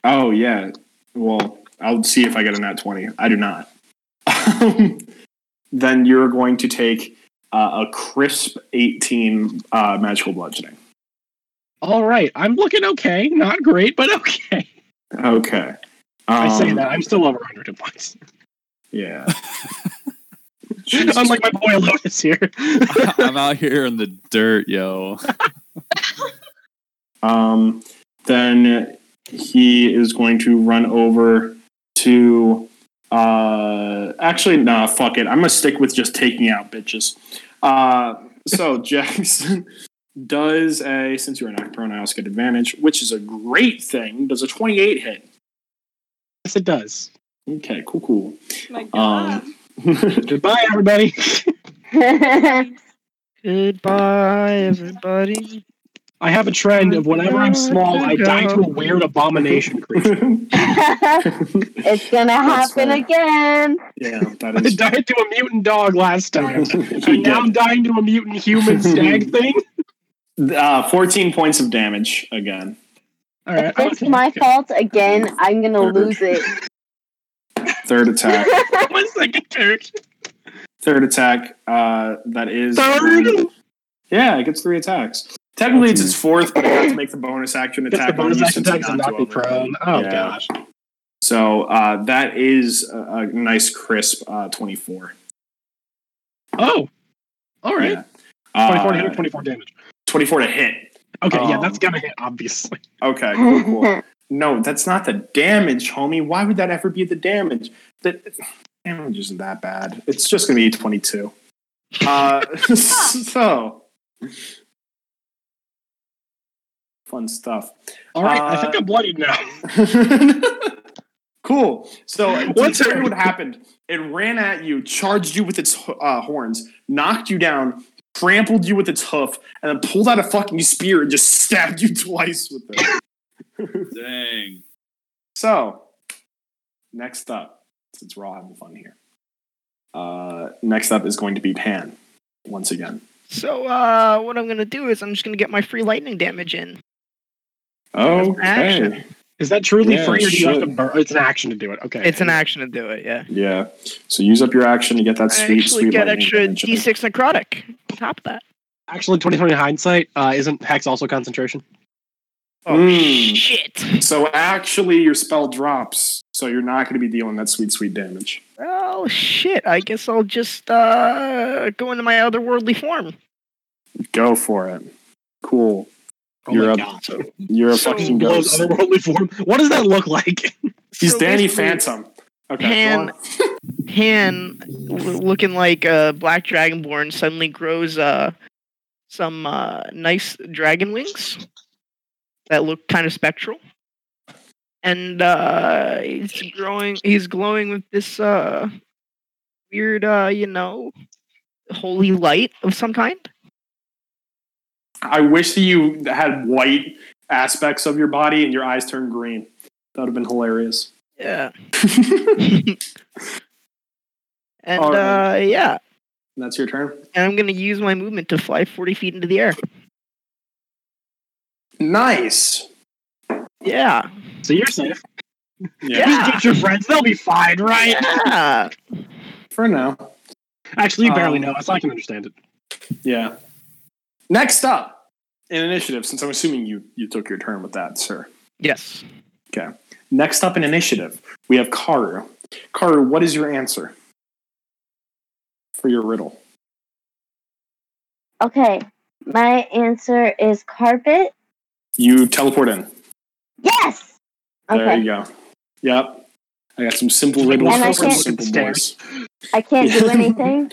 oh, yeah. Well, I'll see if I get a nat 20. I do not. [LAUGHS] then you're going to take uh, a crisp 18 uh, magical bludgeoning. All right, I'm looking okay. Not great, but okay. [LAUGHS] Okay. I say Um, that. I'm still over 100 hit points. Yeah. [LAUGHS] [LAUGHS] Jesus. Unlike my boy Lotus here. [LAUGHS] I'm out here in the dirt, yo. um, then he is going to run over to. Uh, actually, nah, fuck it. I'm gonna stick with just taking out bitches. Uh, [LAUGHS] so Jackson does a since you're an act prone, I also get advantage, which is a great thing. Does a 28 hit? yes, it does. Okay, cool, cool. [LAUGHS] my God. Um, Goodbye, everybody. Goodbye, everybody. I have a trend of whenever I'm small, I die to a weird abomination creature. [LAUGHS] it's gonna That's happen fair. again. yeah, [LAUGHS] I that is. died to a mutant dog last time. [LAUGHS] He And now I'm did. dying to a [LAUGHS] mutant human stag thing. Uh, 14 points of damage again. All [LAUGHS] right. If it's my fault again, I'm gonna lose it. Third attack. [LAUGHS] One second, Kirk. Third attack. Uh, that is. Third? Yeah, it gets three attacks. Technically, it's its fourth, but it [LAUGHS] has to make the bonus action It's attack. the bonus on you action since it attacks and got knock me to eleven. prone. Oh Yeah. gosh. So uh, that is a, a nice crisp uh, twenty-four. Oh. All right. Yeah. Uh, 24 to hit or 24 damage. 24 to hit. Okay, yeah, Oh. that's gonna hit, obviously. Okay, cool, cool. No, that's not the damage, homie. Why would that ever be the damage? The damage isn't that bad. It's just going to be 22. Uh, [LAUGHS] so, fun stuff. [LAUGHS] All right, I Uh, think I'm bloodied now. cool. So, What's what's her- what happened? It ran at you, charged you with its uh, horns, knocked you down, trampled you with its hoof, and then pulled out a fucking spear and just stabbed you [LAUGHS] twice with it. Dang. So, next up, since we're all having fun here, uh, next up is going to be Pan once again. So uh, what I'm gonna do is I'm just gonna get my free lightning damage in. Oh, action. Is that truly Yeah, free or do you have to shit. burn? It's an action to do it. Okay. It's an action to do it. Yeah. Yeah. So use up your action to get that I sweet, actually sweet get lightning extra damage. D6 necrotic. on Top of that. Actually, 2020 hindsight, uh, isn't Hex also concentration? Oh Mm. shit! So actually, your spell drops, so you're not going to be dealing that sweet, sweet damage. Oh shit! I guess I'll just uh, go into my otherworldly form. Go for it. Cool. Oh You're my up. god. You're a So fucking Blows ghost. otherworldly form. What does that look like? He's So Danny basically, Phantom. Okay. go Pan- on. Han, l- looking like a black dragonborn, suddenly grows uh, some uh, nice dragon wings that look kind of spectral, and uh, he's growing. He's glowing with this uh, weird, uh, you know, holy light of some kind. I wish that you had white aspects of your body and your eyes turned green. That would have been hilarious. [LAUGHS] Yeah. and and All right. uh, yeah, that's your turn. and I'm gonna use my movement to fly 40 feet into the air. Nice. Yeah. So you're safe. Yeah. Just get your friends. They'll be fine, right? Yeah. For now. Actually, you barely Um, know. So I can understand it. Yeah. Next up in initiative, since I'm assuming you, you took your turn with that, sir. Yes. Next up in initiative, we have Karu. Karu, what is your answer for your riddle? [LAUGHS] okay, my answer is carpet. You teleport in. Yes. There Okay, you go. Yep. I got some simple And riddles I for some can't- simple Stairs. boys. I can't do Yeah. anything.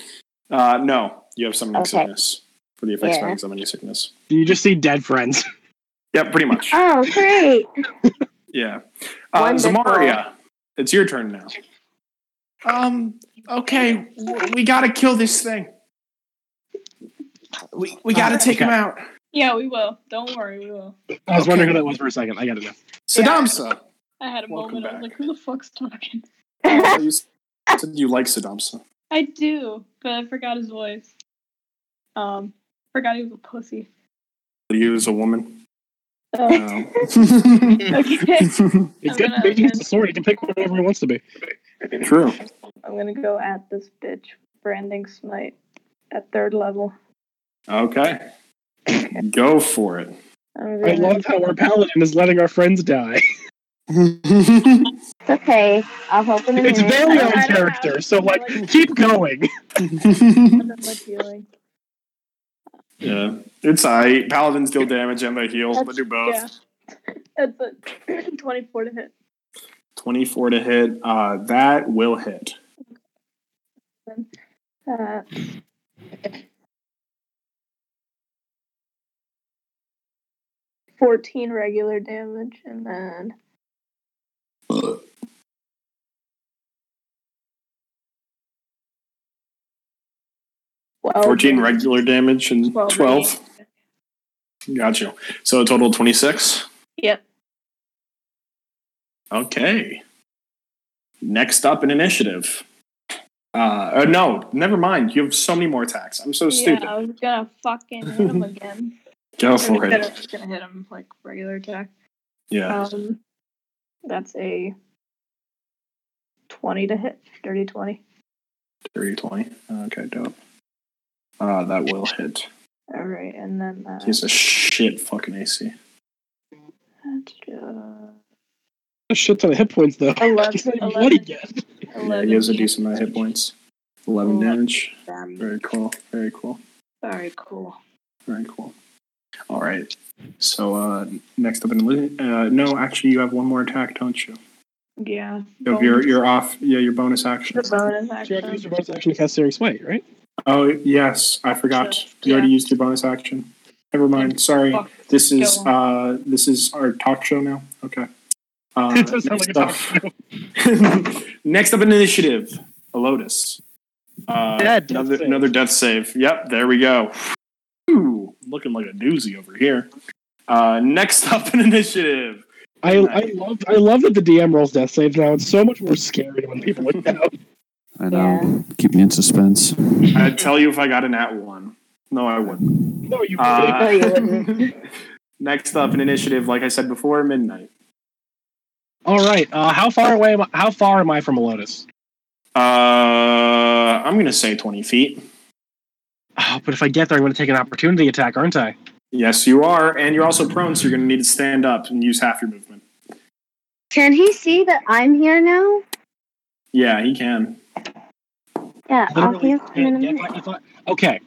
Uh, no, you have summoning Okay. sickness for the effects Yeah. of summoning sickness. You just see dead friends. Yeah, pretty much. Oh, great! [LAUGHS] Yeah. Uh, Wonderful. Zamaria, it's your turn now. Um. Okay, w- we gotta kill this thing. We we Uh, gotta take him Okay. out. Yeah, we will. Don't worry, we will. I was Okay. wondering who that was for a second. I got it now. Sadamsa. I had a moment. Welcome I was back. like, "Who the fuck's talking?" Oh, you said you like Sadamsa. I do, but I forgot his voice. Um, forgot he was a [LAUGHS] pussy. You was a woman. [LAUGHS] Uh, No. okay, It's I'm good. gonna- Big use the sword. He can pick whatever he wants to be. True. I'm gonna go at this bitch, branding smite, at third level. Okay. Go for it. I'm I gonna- love how our paladin is letting our friends die. It's okay. I'll help in a It's minute. Valio [LAUGHS] I don't character, have- so like, keep going. [LAUGHS] [LAUGHS] I don't like healing. yeah. It's alright. Paladins deal damage and they heal. They That's- do both. Yeah, that's a [CLEARS THROAT] 24 to hit. 24 to hit. Uh, that will hit. Uh, Fourteen regular damage, and then Twelve 14 damage. regular damage and 12. damage. Got you. So a total of 26. Yep. Okay. Next up in initiative. Uh, uh, no, never mind. You have so many more attacks. I'm so stupid. Yeah, I was gonna fucking hit him [LAUGHS] again. Go I'm for gonna, it. gonna hit him like regular attack. Yeah. Um, that's a twenty to hit. Dirty twenty. 30, 20. Okay, dope. Uh, that will hit. All right, and then uh, He has a shit fucking AC. uh, A shit ton of hit points though. [LAUGHS] Eleven- He's not even eleven. bloody yet. Yeah, he 11 gives a decent amount of hit points. 11 Eleven. damage. damage. Very cool. Very cool. Very cool. Very cool. All right. So uh, next up in the li- uh, no, actually, you have one more attack, don't you? Yeah. You have your your off. Yeah, your bonus action. Oh. The bonus You have to use action. your bonus action to cast Searing Smite, right? Oh yes, I forgot. You already used your bonus action. Never mind. Sorry. Fuck. This is Go uh, this is our talk show now. Okay. Uh, [LAUGHS] It does sound next like a talk up- next up [LAUGHS] in initiative, Elotus. Uh, Dead. another, Death save. another death save. Yep, there we go. Whew, looking like a doozy over here. Uh, next up in initiative, [LAUGHS] I, I love I love that the DM rolls death saves now. It's so much more scary when people look down. I know. Keep me in suspense. I'd tell you if I got an at one. No, I wouldn't. [LAUGHS] No, you Uh, [LAUGHS] No, you wouldn't. [LAUGHS] Next up in initiative, like I said before, midnight. All right. Uh, how far away? Am I, how far am I from a lotus? Uh, I'm gonna say 20 feet. Oh, but if I get there, I'm going to take an opportunity attack, aren't I? Yes, you are, and you're also prone, so you're gonna need to stand up and use half your movement. Can he see that I'm here now? Yeah, he can. Yeah, I'll Literally heal him in a can't get minute. my- if I- okay.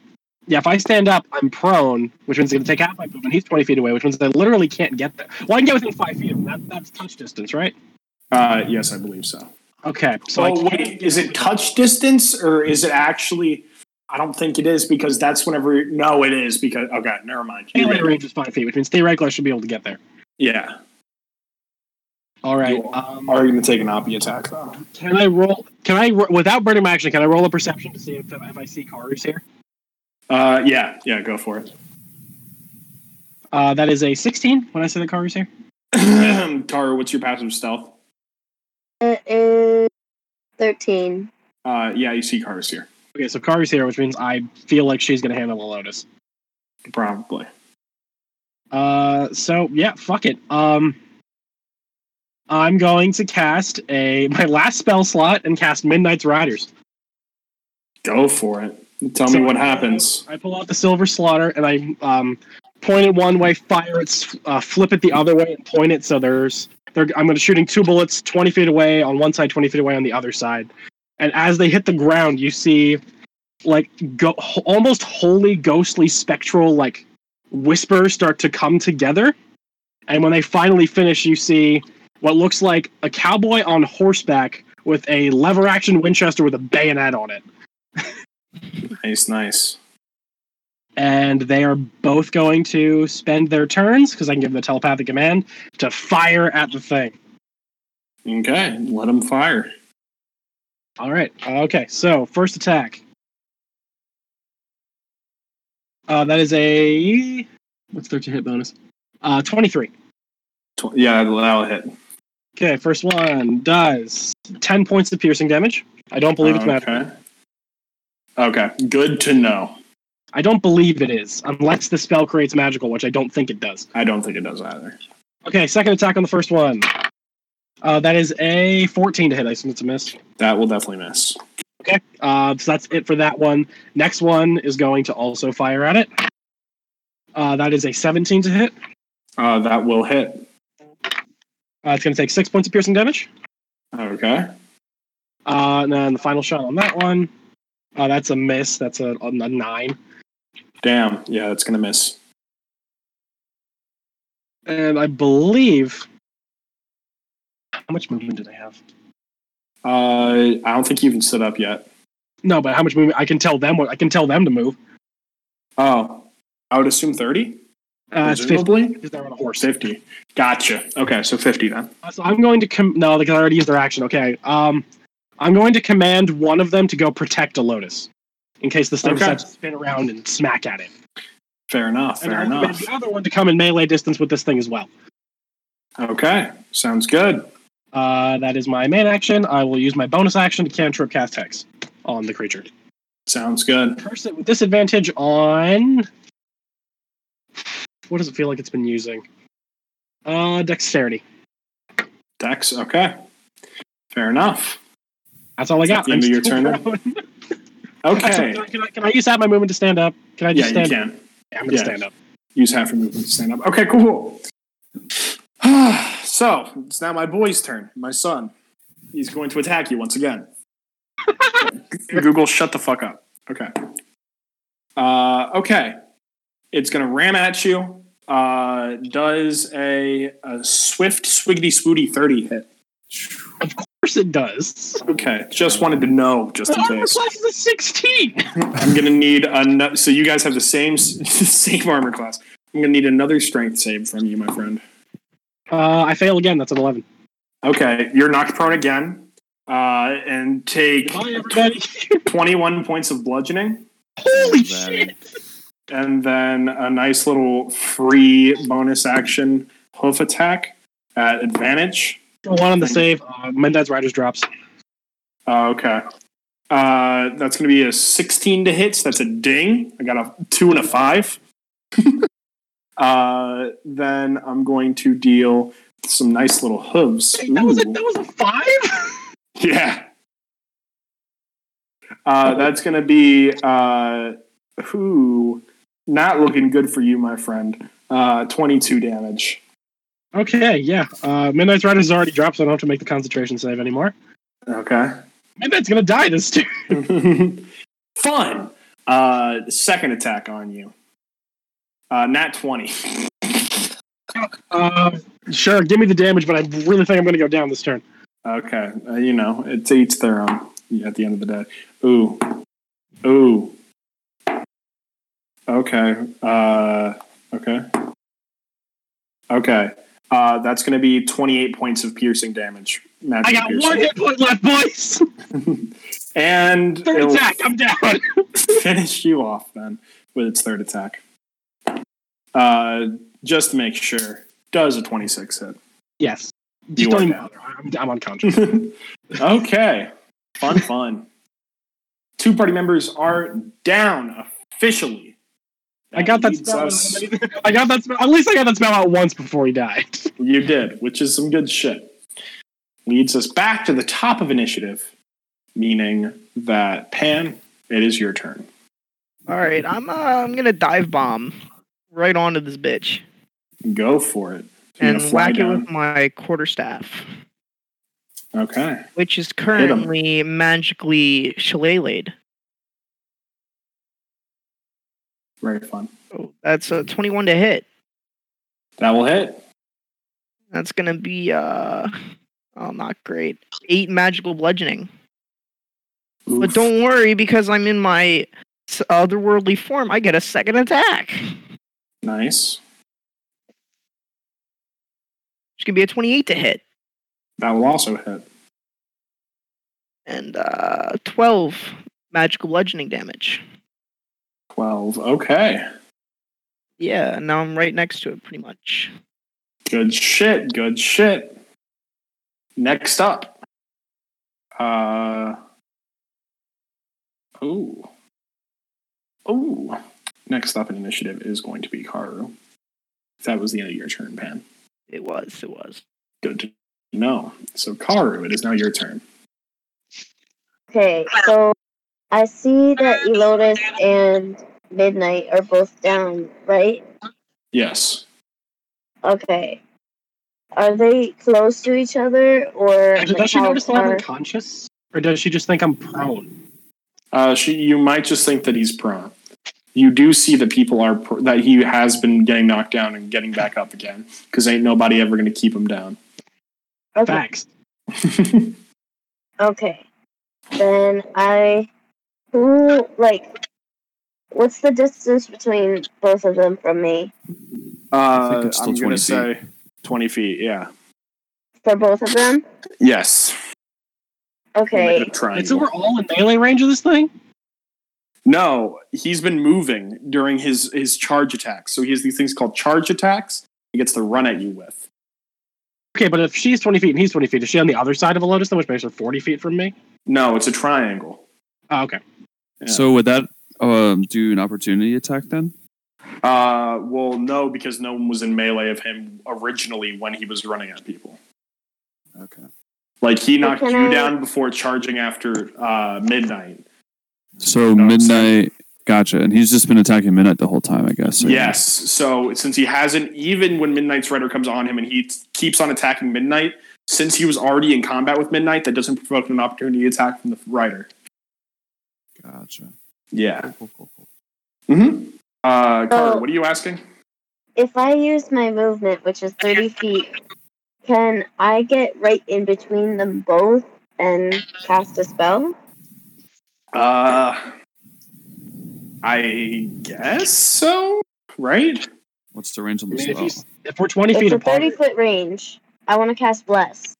Yeah, if I stand up, I'm prone, which means it's going to take half my movement. He's 20 feet away, which means I literally can't get there. Well, I can get within five feet of him. That, that's touch distance, right? Uh, yes, I believe so. Okay. So I oh can't wait, get is it within- touch distance or is it actually? I don't think it is because that's whenever. No, it is because. Okay, never mind. You're melee right. range is five feet, which means theoretically I should be able to get there. Yeah, All right. You Um, are you gonna take an oppie attack though? Can I roll? Can I ro- without burning my action? Can I roll a perception to see if, if I see Karu's here? Uh, yeah, yeah, go for it. [CLEARS THROAT] Uh, that is a 16. When I say that Karu's here, Tara, what's your passive stealth? It is 13. Uh, yeah, you see Kara's here, okay, so Karu's here, which means I feel like she's gonna handle the lotus. probably. Uh, so yeah, fuck it. Um, I'm going to cast a [LAUGHS] my last spell slot and cast Midnight's Riders. Go for it. Tell So me what I pull happens. out- I pull out the Silver Slaughter and I um, point it one way, fire it, s- uh, flip it the other way, and point it so there's. They're, I'm going to shooting two bullets, 20 feet away on one side, 20 feet away on the other side, and as they hit the ground, you see like go, ho- almost holy, ghostly, spectral like whispers start to come together, and when they finally finish, you see what looks like a cowboy on horseback with a lever action Winchester with a bayonet on it. Nice, nice. and they are both going to spend their turns because I can give them the telepathic command to fire at the thing. Okay, let him fire. All right. Uh, Okay. So first attack. Uh, that is a what's thirteen hit bonus? Uh, twenty-three. Tw- yeah, that'll hit. Okay. First one does ten points of piercing damage. I don't believe it's magic. okay. Okay, good to know. I don't believe it is, unless the spell creates magical, which I don't think it does. I don't think it does either. Okay, second attack on the first one. Uh, that is a 14 to hit. I assume it's a miss. That will definitely miss. Okay, uh, so that's it for that one. Next one is going to also fire at it. Uh, that is a 17 to hit. Uh, that will hit. Uh, it's going to take six points of piercing damage. Okay. Uh, and then the final shot on that one. Uh, that's a miss. That's a, a nine. Damn. Yeah, it's gonna miss. And I believe. How much movement did I have? Uh, I don't think you even stood up yet. No, but how much movement? I can tell them what I can tell them to move. Oh, I would assume thirty. Uh, it's 50 presumably? because they're on a horse. Fifty. Gotcha. Okay, so fifty then. Uh, so I'm going to com- no, because I already used their action. Okay. Um, I'm going to command one of them to go protect a lotus, in case this thing Okay. decides to spin around and smack at it. Fair enough. And Fair I'll command enough. the other one to come in melee distance with this thing as well. Okay, sounds good. Uh, that is my main action. I will use my bonus action to cantrip cast hex on the creature. Sounds good. Curse it with disadvantage on. What does it feel like it's been using? Uh, dexterity. Dex. Okay. Fair enough. That's all I Is got. that the end of I'm your turn still [LAUGHS] then? prone. Okay. Can I, can I- can I use that my movement to stand up? Can I Yeah, just you stand up? can. Yeah, I'm gonna Yeah. stand up. use half your movement to stand up. Okay, cool. [SIGHS] so it's now my boy's turn. My son. He's going to attack you once again. Google, shut the fuck up. Okay. Uh, okay. It's gonna ram at you. Uh, does a, a swift swiggity swooty thirty hit? Of course it does. Okay, just wanted to know, just in My armor case. class is a 16. I'm gonna need another. So you guys have the same [LAUGHS] s- same armor class. I'm gonna need another strength save from you, my friend. Uh, I fail again. That's an 11. Okay, you're knocked prone again, uh, and take Bye, everybody. 21 points of bludgeoning, [LAUGHS] Holy That- shit. and then a nice little free bonus action hoof attack at advantage. One on the save. Uh, Mendez Riders drops. Uh, okay, uh, that's going to be a 16 to hit. So that's a ding. I got a two and a five. [LAUGHS] uh, then I'm going to deal some nice little hooves. That was a, Ooh. that was a five? [LAUGHS] Yeah. Uh, that's going to be uh, who not looking good for you, my friend. Uh, 22 damage. Okay, yeah. Uh, Midnight's Riders is already dropped, so I don't have to make the concentration save anymore. Okay. [LAUGHS] Midnight's gonna die this turn. [LAUGHS] Fun. Uh, second attack on you. Uh, nat 20. Uh, sure, give me the damage, but I really think I'm gonna go down this turn. Okay. Uh, you know, it's each their own at the end of the day. Ooh. Ooh. Okay. Uh, okay. Okay. Uh, that's going to be 28 points of piercing damage. I Magic got piercing. one hit point left, boys! [LAUGHS] [LAUGHS] And Third it'll attack, I'm down! [LAUGHS] [LAUGHS] finish you off then with its third attack. Uh, just to make sure. Does a 26 hit? Yes. Just You don't are even down. bother. I'm, I'm unconscious. [LAUGHS] okay. Fun, fun. Two party members are down officially. I got that leads spell us- out. I got that spell. At least I got that spell out once before he died. [LAUGHS] You did, which is some good shit. Leads us back to the top of initiative, meaning that Pan, it is your turn. All right, I'm uh, I'm gonna dive bomb right onto this bitch Go for it. You're and gonna fly whack it down. with my quarterstaff, Okay. which is 'em. currently magically shillelaid. Very fun. Oh, that's a 21 to hit. That will hit. That's gonna be uh, oh, not great. Eight magical bludgeoning. But Oof. don't worry, because I'm in my s- otherworldly form, I get a second attack. It's Nice. gonna be a 28 to hit That will also hit. and uh, 12 magical bludgeoning damage. 12. Okay. Yeah, and now I'm right next to it, pretty much. Good shit. Good shit. Next up. Uh. Ooh. Ooh. Next up in initiative is going to be Karu. That was the end of your turn, Pan. It was. It [LAUGHS] was. Good to know. So, Karu, it is now your turn. Okay, so I see that Elotus and Midnight are both down, right? Yes. Okay. Are they close to each other, or like Does she how notice that I'm far? unconscious? Or does she just think I'm prone? Uh, she, you might just think that he's prone. You do see that people are pr- that he has been getting knocked down and getting back up again because ain't nobody ever going to keep him down. Okay, Facts. okay. Then I, who like, what's the distance between both of them from me Uh, I think it's still I'm going 20 to feet. say 20 feet, yeah. for both of them? Yes. We'll Okay, make it a triangle. And so we're all in melee range of this thing? no, he's been moving during his, his charge attacks. So he has these things called charge attacks he gets to run at you with. Okay, but if she's 20 feet and he's 20 feet, is she on the other side of a lotus, then which makes her 40 feet from me? No, it's a triangle. Oh, okay. Yeah. So would that um, do an opportunity attack then? Uh, well, no, because no one was in melee of him originally when he was running at people. Okay. Like he knocked can you I- down before charging after uh, midnight. So No, I'm sorry. midnight. Gotcha. And he's just been attacking midnight the whole time, I guess. right? Yes. So since he hasn't, even when Midnight's Rider comes on him and he t- keeps on attacking Midnight, since he was already in combat with Midnight, that doesn't provoke an opportunity attack from the Rider. Gotcha. Yeah. Cool, cool, cool. Mm-hmm. Uh, Carter, Oh. what are you asking? If I use my movement, which is 30 feet, can I get right in between them both and cast a spell? Uh, I guess so. Right? What's the range on the I mean, if, spell? he's, if we're 20 feet It's a apart, 30 foot range. I want to cast Bless.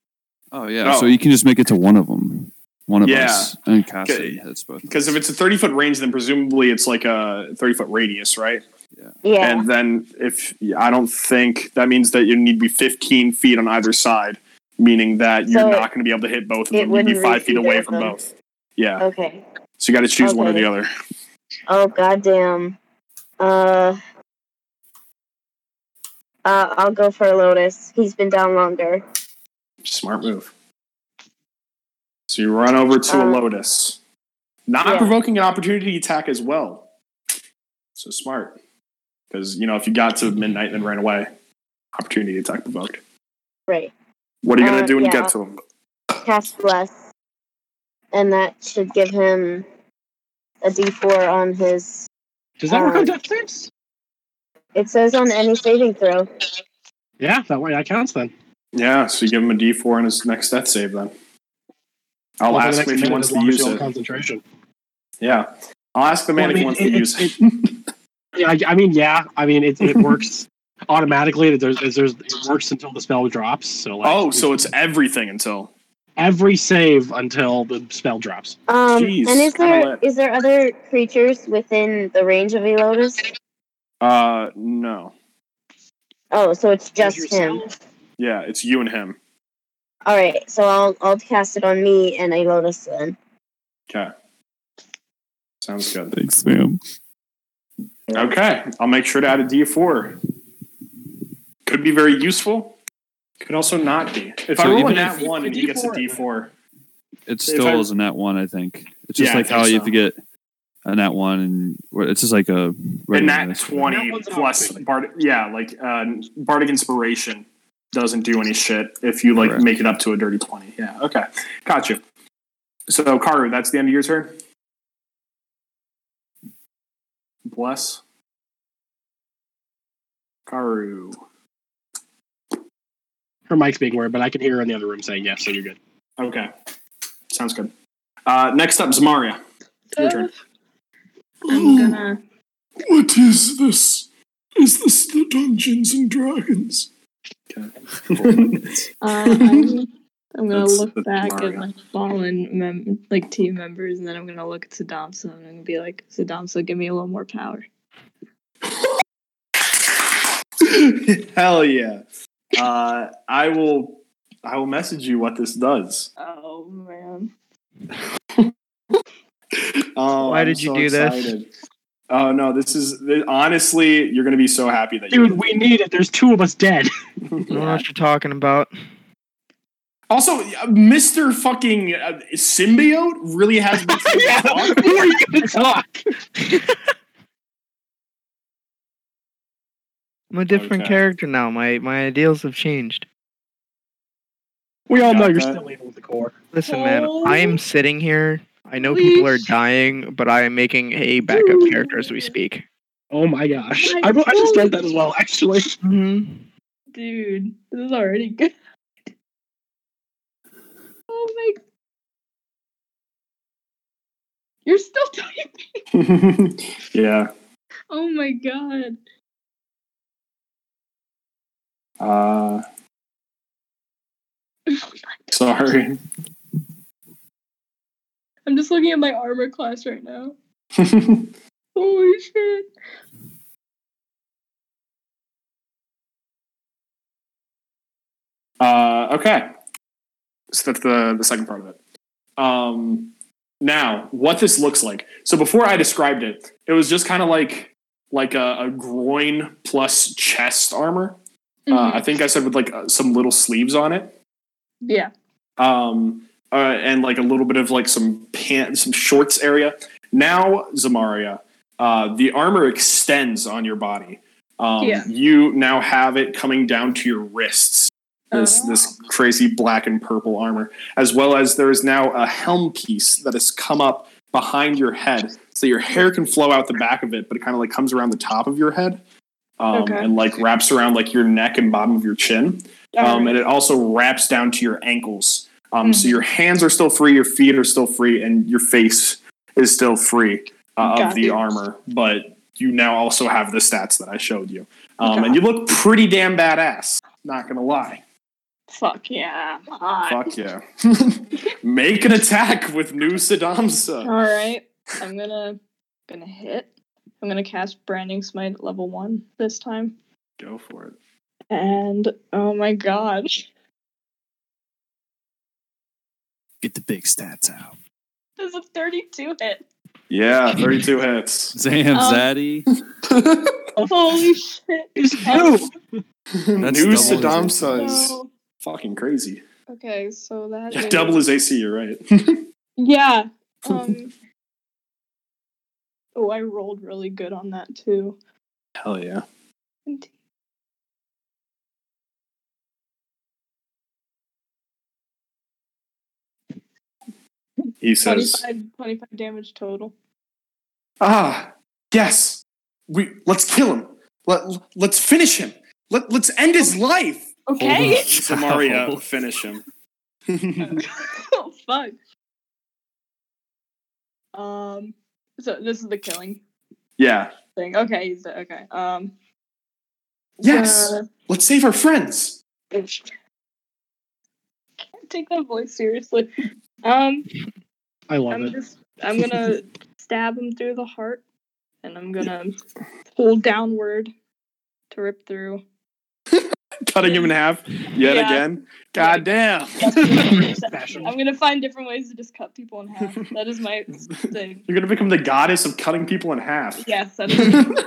Oh yeah. So Oh. you can just make it to one of them, one of Yeah. us, and cast it. Okay. and hits both. Because if it's a thirty foot range, then presumably it's like a thirty foot radius, right? Yeah. And then if I don't think that means that you need to be 15 feet on either side, meaning that you're So not going to be able to hit both of it them. You'd be wouldn't five feet reach away either from of them. both. Yeah. okay. So you got to choose one or Okay. the other. Oh goddamn. Uh. Uh, I'll go for Lotus. He's been down longer. Smart move. So you run over to a Uh, lotus, not yeah. provoking an opportunity attack as well. So smart. Because, you know, if you got to midnight and then ran away, opportunity attack provoked. Right. What are you going to Uh, do when you yeah. get to him? Cast Bless. And that should give him a d4 on his. does that work uh, on death saves? It says on any saving throw. Yeah, that way that counts then. Yeah, so you give him a D4 on his next death save then. I'll Well, for the ask next him if he minute, wants as to long as use you it. have Concentration. Yeah. I'll ask the man Well, I if he mean, wants it- to use it. Yeah, I, I mean, yeah. I mean, [LAUGHS] it, it works automatically. It, there's, there's, it works until the spell drops. So like, Oh, so it's everything until. every save until the spell drops. Um, Jeez, and is kinda there lit. is there other creatures within the range of Elotus? Uh, no. Oh, so it's just There's him. yourself. Yeah, it's you and him. All right, so I'll I'll cast it on me and Elotus then. Okay. Sounds good. Thanks, ma'am. Okay, I'll make sure to add a D4. Could be very useful. Could also not be. If I So roll a even nat if- one and he gets a D4, It If I- still is a nat one, I think. It's just Yeah, I like how think you so. have to get a nat one, and or it's just like a a regular nat miss. 20 That one's an plus opportunity. Bard, yeah, like uh, Bardic Inspiration doesn't do any shit if you like Correct. make it up to a dirty 20. Yeah, okay. Gotcha. So, Karu, that's the end of your turn. Bless. Karu. Her mic's being weird, but I can hear her in the other room saying yes. So you're good. Okay. Sounds good. Uh, next up, Zamaria. Your turn. I'm gonna. What is this? Is this the Dungeons and Dragons? [LAUGHS] [LAUGHS] Uh, I'm, I'm gonna That's- look that's back Mario. at my fallen mem- like team members, and then I'm gonna look at Sadamsa and I'm gonna be like, Sadamsa, give me a little more power. [LAUGHS] Hell yeah. Uh, I will. I will message you what this does. Oh man. Oh, Why did you do this? this? Oh no, this is th- honestly, you're gonna be so happy that Dude, you. we need it. There's two of us dead. [LAUGHS] I don't know what you're talking about. Also, uh, Mr. Fucking uh, symbiote really has. [LAUGHS] been- yeah. Who are you [LAUGHS] gonna talk? I'm a different Okay. character now. My my ideals have changed. We all Got know you're that. still evil at the core. Listen, man, I am sitting here. I know people are dying, but I am making a backup character as we speak. Oh my gosh. My I, I just read God. that as well, actually. Mm-hmm. Dude, this is already [LAUGHS] good. Oh my. You're still typing. [LAUGHS] yeah. [LAUGHS] Oh my god. [LAUGHS] Uh, sorry. [LAUGHS] I'm just looking at my armor class right now. Holy shit. Uh, okay. So that's the, the second part of it. Um, now, what this looks like. So before I described it, it was just kind of like like a, a groin plus chest armor. Mm-hmm. Uh, I think I said with like uh, some little sleeves on it. yeah. Um, uh, and like a little bit of like some pants, some shorts area. Now, Zamaria, uh, the armor extends on your body. Um, Yeah. You now have it coming down to your wrists. This Oh. this crazy black and purple armor, as well as there is now a helm piece that has come up behind your head, so your hair can flow out the back of it, but it kind of like comes around the top of your head, um, Okay. and like wraps around like your neck and bottom of your chin Uh-huh. um, and it also wraps down to your ankles. Um, Hmm. So your hands are still free, your feet are still free, and your face is still free uh, of Got the it. armor. But you now also have the stats that I showed you, um, Okay. and you look pretty damn badass. Not gonna lie. Fuck yeah. I'm hot. [LAUGHS] Fuck yeah! [LAUGHS] Make an attack with new Saddamsa. [LAUGHS] All right. I'm gonna gonna hit. I'm gonna cast branding smite at level one this time. Go for it. And oh my god. [LAUGHS] Get the big stats out. [LAUGHS] There's a 32 hit. Yeah, thirty-two [LAUGHS] hits. Zam Um, Zaddy. Oh. Holy shit. It's That's new double his Saddamsa is So- fucking crazy. okay, so that is- Double his AC. You're right. [LAUGHS] Yeah. Um Oh, I rolled really good on that too. Hell yeah. He says, 25, 25 damage total. "Ah, yes. We let's kill him. Let let's finish him. Let let's end his life." Okay. [LAUGHS] Samaria, finish [LAUGHS] him. [LAUGHS] oh fuck. Um so this is the killing Yeah. thing. Okay, he's dead. okay. Um Yes. uh, Let's save our friends. can't take that voice seriously. Um I love I'm it. just I'm [LAUGHS] gonna stab him through the heart and I'm gonna pull downward to rip through. Cutting him in half yet Yeah. again. God damn. I'm gonna find different ways to just cut people in half. That is [LAUGHS] my thing. You're gonna become the goddess of cutting people in half. [LAUGHS] Yes, that is,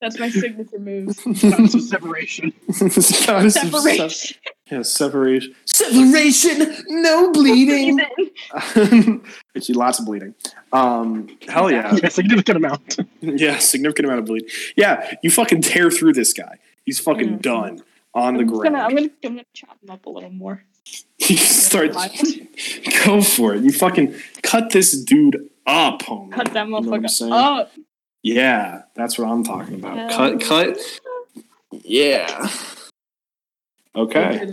that's my signature move. That's a separation. Goddess of Separation. se- yeah, separation. Separation. No [LAUGHS] bleeding. [LAUGHS] Actually, lots of bleeding. Um, hell yeah. Yeah, significant amount. [LAUGHS] Yeah, significant amount of bleed. Yeah, you fucking tear through this guy. He's fucking Mm. done on the I'm just ground. gonna, I'm [LAUGHS] gonna I'm gonna chop him up a little more. [LAUGHS] you start [LAUGHS] go for it. You fucking cut this dude up, homie. Cut that You know what I'm motherfucker saying? up. Yeah, that's what I'm talking about. Hell cut, cut. Yeah. Okay.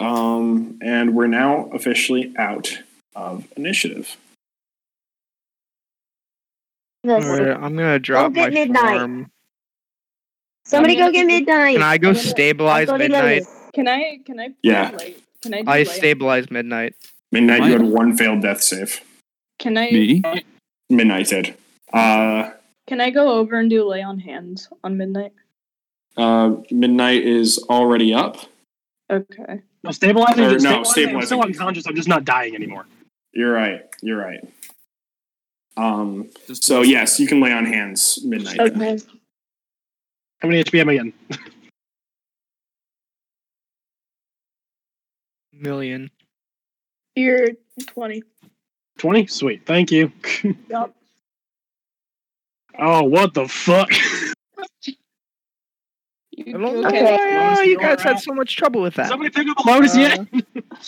Um, and we're now officially out of initiative. This. Alright, I'm gonna drop get my midnight. form. Somebody I'm go gonna- get midnight. Can I go I'm gonna- stabilize I'll go to midnight? Lotus. Can I can I play Yeah. light? Can I do I light? stabilize midnight. Midnight, you had one failed death save. Can I Me? Midnight did. Uh, Can I go over and do lay on hands on midnight? uh, Midnight is already up. Okay. No, stabilizing. Or is- no, I'm stabilizing. still unconscious. I'm just not dying anymore. You're right. You're right. Um, Just- so yes, you can lay on hands midnight. Okay. How many HP am I getting? Million. You're 20. 20? Sweet. Thank you. [LAUGHS] Yup. Oh, what the [LAUGHS] fuck? You I do don't know okay. why, uh, Lotus, you you guys are had out. so much trouble with that. Somebody pick up the Lotus yet? Uh,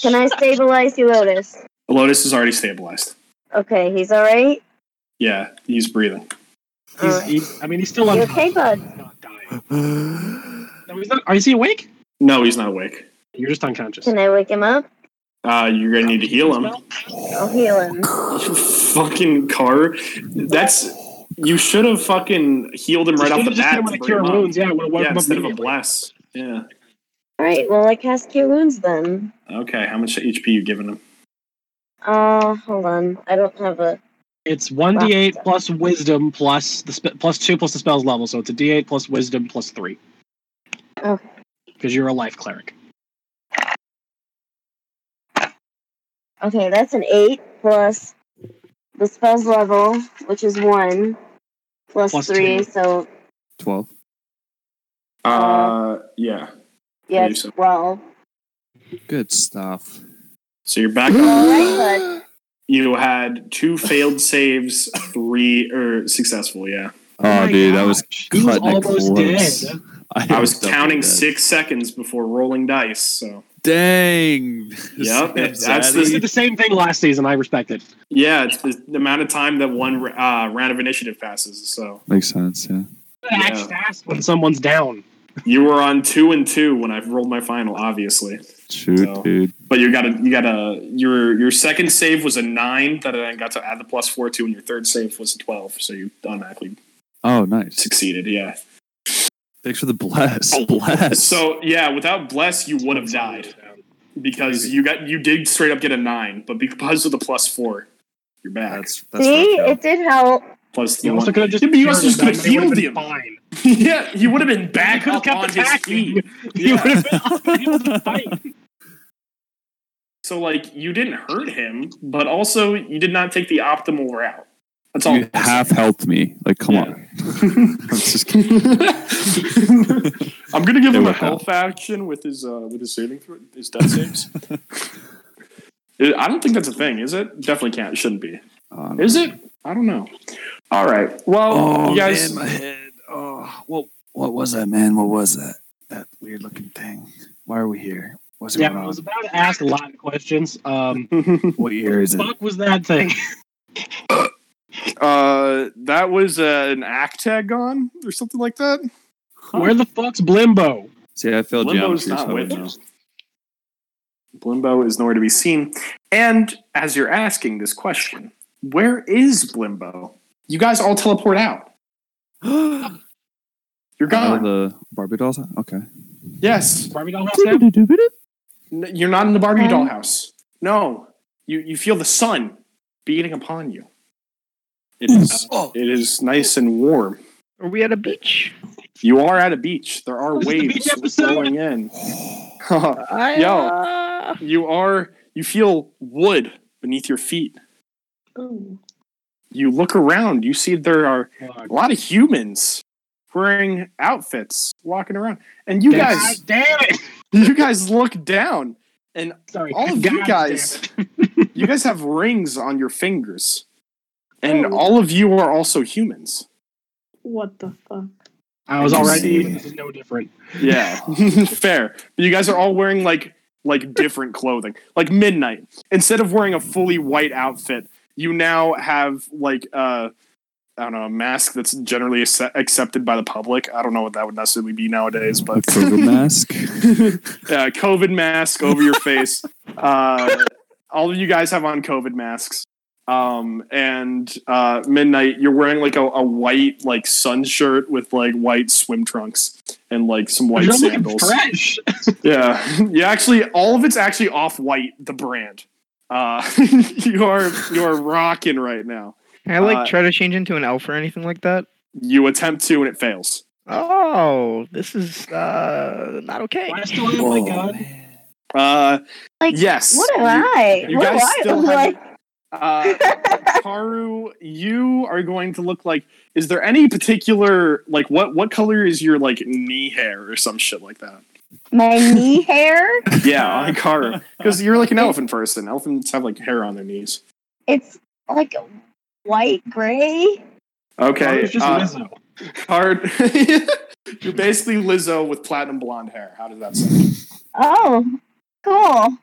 Can I stabilize you, Lotus? Lotus is already stabilized. Okay, he's all right. Uh, Yeah, he's breathing. Uh, He's, he's, I mean, he's still You unconscious. okay, bud? He's not dying. No, he's not. Is he awake? No, he's not awake. You're just unconscious. Can I wake him up? Uh, you're gonna need to heal him. [LAUGHS] I'll heal him. You fucking car. That's you should have fucking healed him right off the Should've just bat. given him to a bring cure him up. wounds. Yeah, would have woke Yeah, him up instead of a immediately. bless. Yeah. All right. Well, I cast Cure Wounds then. Okay. How much HP you giving him? Uh, hold on. I don't have a. It's one d8 plus wisdom plus the spe- plus two plus the spell's level, so it's a d8 plus wisdom plus three. Okay. Because you're a life cleric. Okay, that's an eight plus the spell's level, which is one plus, Plus plus three. two. So 12. Uh, yeah. yeah, Three, so- twelve. Good stuff. So you're back All on. right, bud. You had two failed saves, three or successful. Yeah, Oh, my dude, that was gosh. He was cutting it almost close. dead. I was definitely counting dead. six seconds before rolling dice. So Dang. [LAUGHS] Yep, that's the- He did the same thing last season. I respect it. yeah, it's the the amount of time that one uh, round of initiative passes. So makes sense. Yeah. Yeah. Act fast when someone's down. you were on two and two when I rolled my final, obviously. Shoot, So- dude. But you got a you got a your your second save was a nine that I got to add the plus four to, and your third save was a twelve. So you automatically Oh, nice. succeeded. Yeah. Thanks for the bless. Bless. Oh, So yeah, without bless, you would have died because you got you did straight up get a nine, but because of the plus four, you're back. that's [GASPS] that's See, rough, yeah. it did help. plus the You one. also could have just. Yeah, but you also cured just could have them. They would've healed been him. Fine. [LAUGHS] yeah, he would have been back could have up kept on his attacking. feet. He would have been up and he [LAUGHS] was in fight. So like you didn't hurt him, but also you did not take the optimal route. That's all. You half helped me. Like, come Yeah. on. I'm just kidding. I'm gonna give It him a worked out. health action with his uh, with his saving throw, his death [LAUGHS] saves. It- I don't think that's a thing, is it? Definitely can't. Shouldn't be. Uh, Is it? I don't know. All right. Well, Oh you guys. man, my head. Oh, what what was that, man? What was that? That weird looking thing. Why are we here? What's going Yeah, I on? was about to ask a lot of questions. Um, What year is it? fuck was that thing? [LAUGHS] uh, that was uh, an act tag on or something like that. Where the fuck's Blimbo? [LAUGHS] See, I failed Blimbo's geometry, not so I with don't know. us. Blimbo is nowhere to be seen. And as you're asking this question, where is Blimbo? You guys all teleport [GASPS] out. You're Out of gone. the Barbie dolls. Okay. yes. Barbie doll house [LAUGHS] now? N- You're not in the Barbie Um, doll house. No. You, you feel the sun beating upon you. It is, Oh, it is nice and warm. Are we at a beach? You are at a beach. There are This is the waves beach [LAUGHS] episode. flowing in. I, Yo. uh, you are you feel wood beneath your feet. Oh. you look around, you see there are Fuck. a lot of humans wearing outfits walking around. And you God guys damn it! you guys look down. Sorry, All of you God guys damn it. you guys have rings on your fingers. And Oh. all of you are also humans. What the fuck? I was I already. see. This is no different. [LAUGHS] Yeah. Fair. But you guys are all wearing like like different clothing. Like midnight. Instead of wearing a fully white outfit, you now have like uh I don't know, a mask that's generally ac- accepted by the public. I don't know what that would necessarily be nowadays, a but [LAUGHS] COVID [LAUGHS] mask. uh, COVID mask over your [LAUGHS] face. Uh, all of you guys have on COVID masks. Um, and uh, midnight, you're wearing like a, a white like sun shirt with like white swim trunks and like some white You're looking sandals. fresh. Yeah, [LAUGHS] you actually all of it's actually off white. The brand. Uh, [LAUGHS] you are you are rocking right now. Can I like Uh, try to change into an elf or anything like that? You attempt to and it fails. Oh, this is uh not okay. I still have my gun. Uh, Like, yes. What am you- I? you what guys am I? still like, haven't- Uh, Karu, you are going to look like. Is there any particular like what what color is your like knee hair or some shit like [LAUGHS] that? [LAUGHS] my knee hair? Yeah, on Karu, because you're like an elephant person. Elephants have like hair on their knees. It's like a white gray. Okay, It's just uh, Lizzo. Karu- [LAUGHS] you're basically Lizzo with platinum blonde hair. How does that sound? Oh, cool.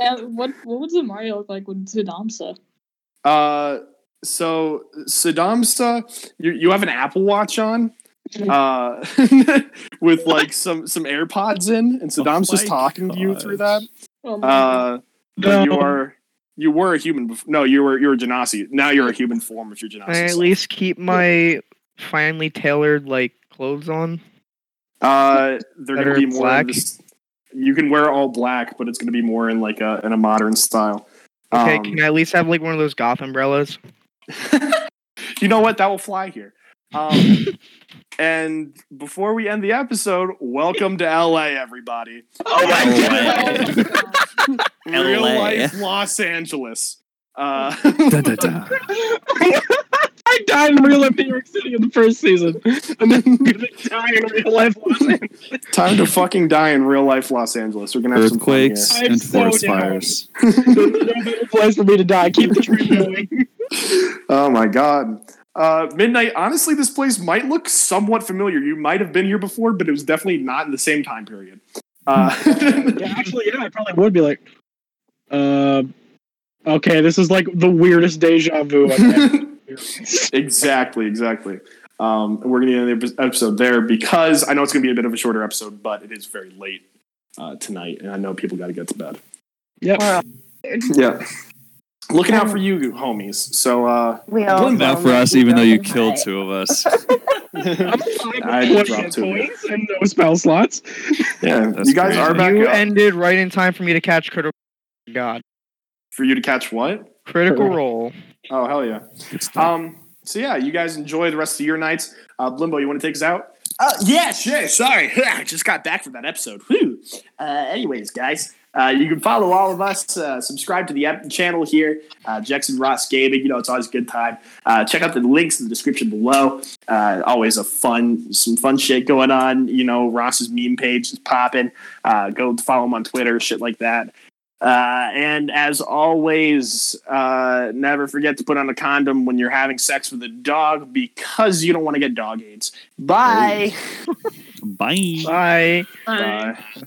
Yeah, what what would Zamaria look like with Zidamsa? [LAUGHS] Uh, so Saddamsta, you you have an Apple Watch on, uh, [LAUGHS] with like some some AirPods in, and Saddam's just my talking to you gosh. through that. Oh my god. Uh, but you No. are you were a human. Before. No, you were you were a genasi. Now you're a human form if you're Can I at genasi. least keep my finely tailored like clothes on? Uh, they're Better gonna be more. black? in This, you can wear all black, but it's gonna be more in like a in a modern style. Okay, Um, can I at least have like one of those goth umbrellas? you know what? That will fly here. Um, and before we end the episode, welcome to LA, everybody. Oh my Oh Uh, [LAUGHS] my god. Real LA. life Los Angeles. Uh, Da, da, da. [LAUGHS] I die in real life New York City in the first season, and then I'm gonna die in real life Los Angeles. Time to fucking die in real life Los Angeles. We're gonna have Earthquakes some fun I'm and so forest down. fires. [LAUGHS] There's no better place for me to die. Keep the train going. here. Oh my god. Uh, Midnight, honestly, this place might look somewhat familiar. You might have been here before, but it was definitely not in the same time period. Uh, [LAUGHS] Yeah, actually, yeah, I probably would be like, uh, okay, this is like the weirdest deja vu I've [LAUGHS] ever experienced. exactly, exactly. Um, and we're going to end the episode there because I know it's going to be a bit of a shorter episode, but it is very late uh, tonight, and I know people got to get to bed. Yep. Yeah. Looking out for you, homies. So, uh, [LAUGHS] We all Not know for that us, you even though you don't killed hide. two of us. I'm alive I with 20 dropped hit two. points and no spell slots. yeah, That's you guys crazy. are back You up. ended right in time for me to catch critical. God, for you to catch what? critical Correct. role. Oh, hell yeah. Good stuff. Um, so yeah, you guys enjoy the rest of your nights. Uh, Limbo, you want to take us out? Uh, yeah, sure. Sorry, [LAUGHS] I just got back from that episode. Whew. Uh, anyways, guys, uh, you can follow all of us. Uh, subscribe to the app- channel here, uh, Jackson Ross Gaming. You know it's always a good time. Uh, check out the links in the description below. Uh, always a fun, some fun shit going on. You know Ross's meme page is popping. Uh, go follow him on Twitter, shit like that. Uh, and as always, uh, never forget to put on a condom when you're having sex with a dog because Uh, you don't want to get dog AIDS. Bye. Bye. uh, Bye. Uh, Bye.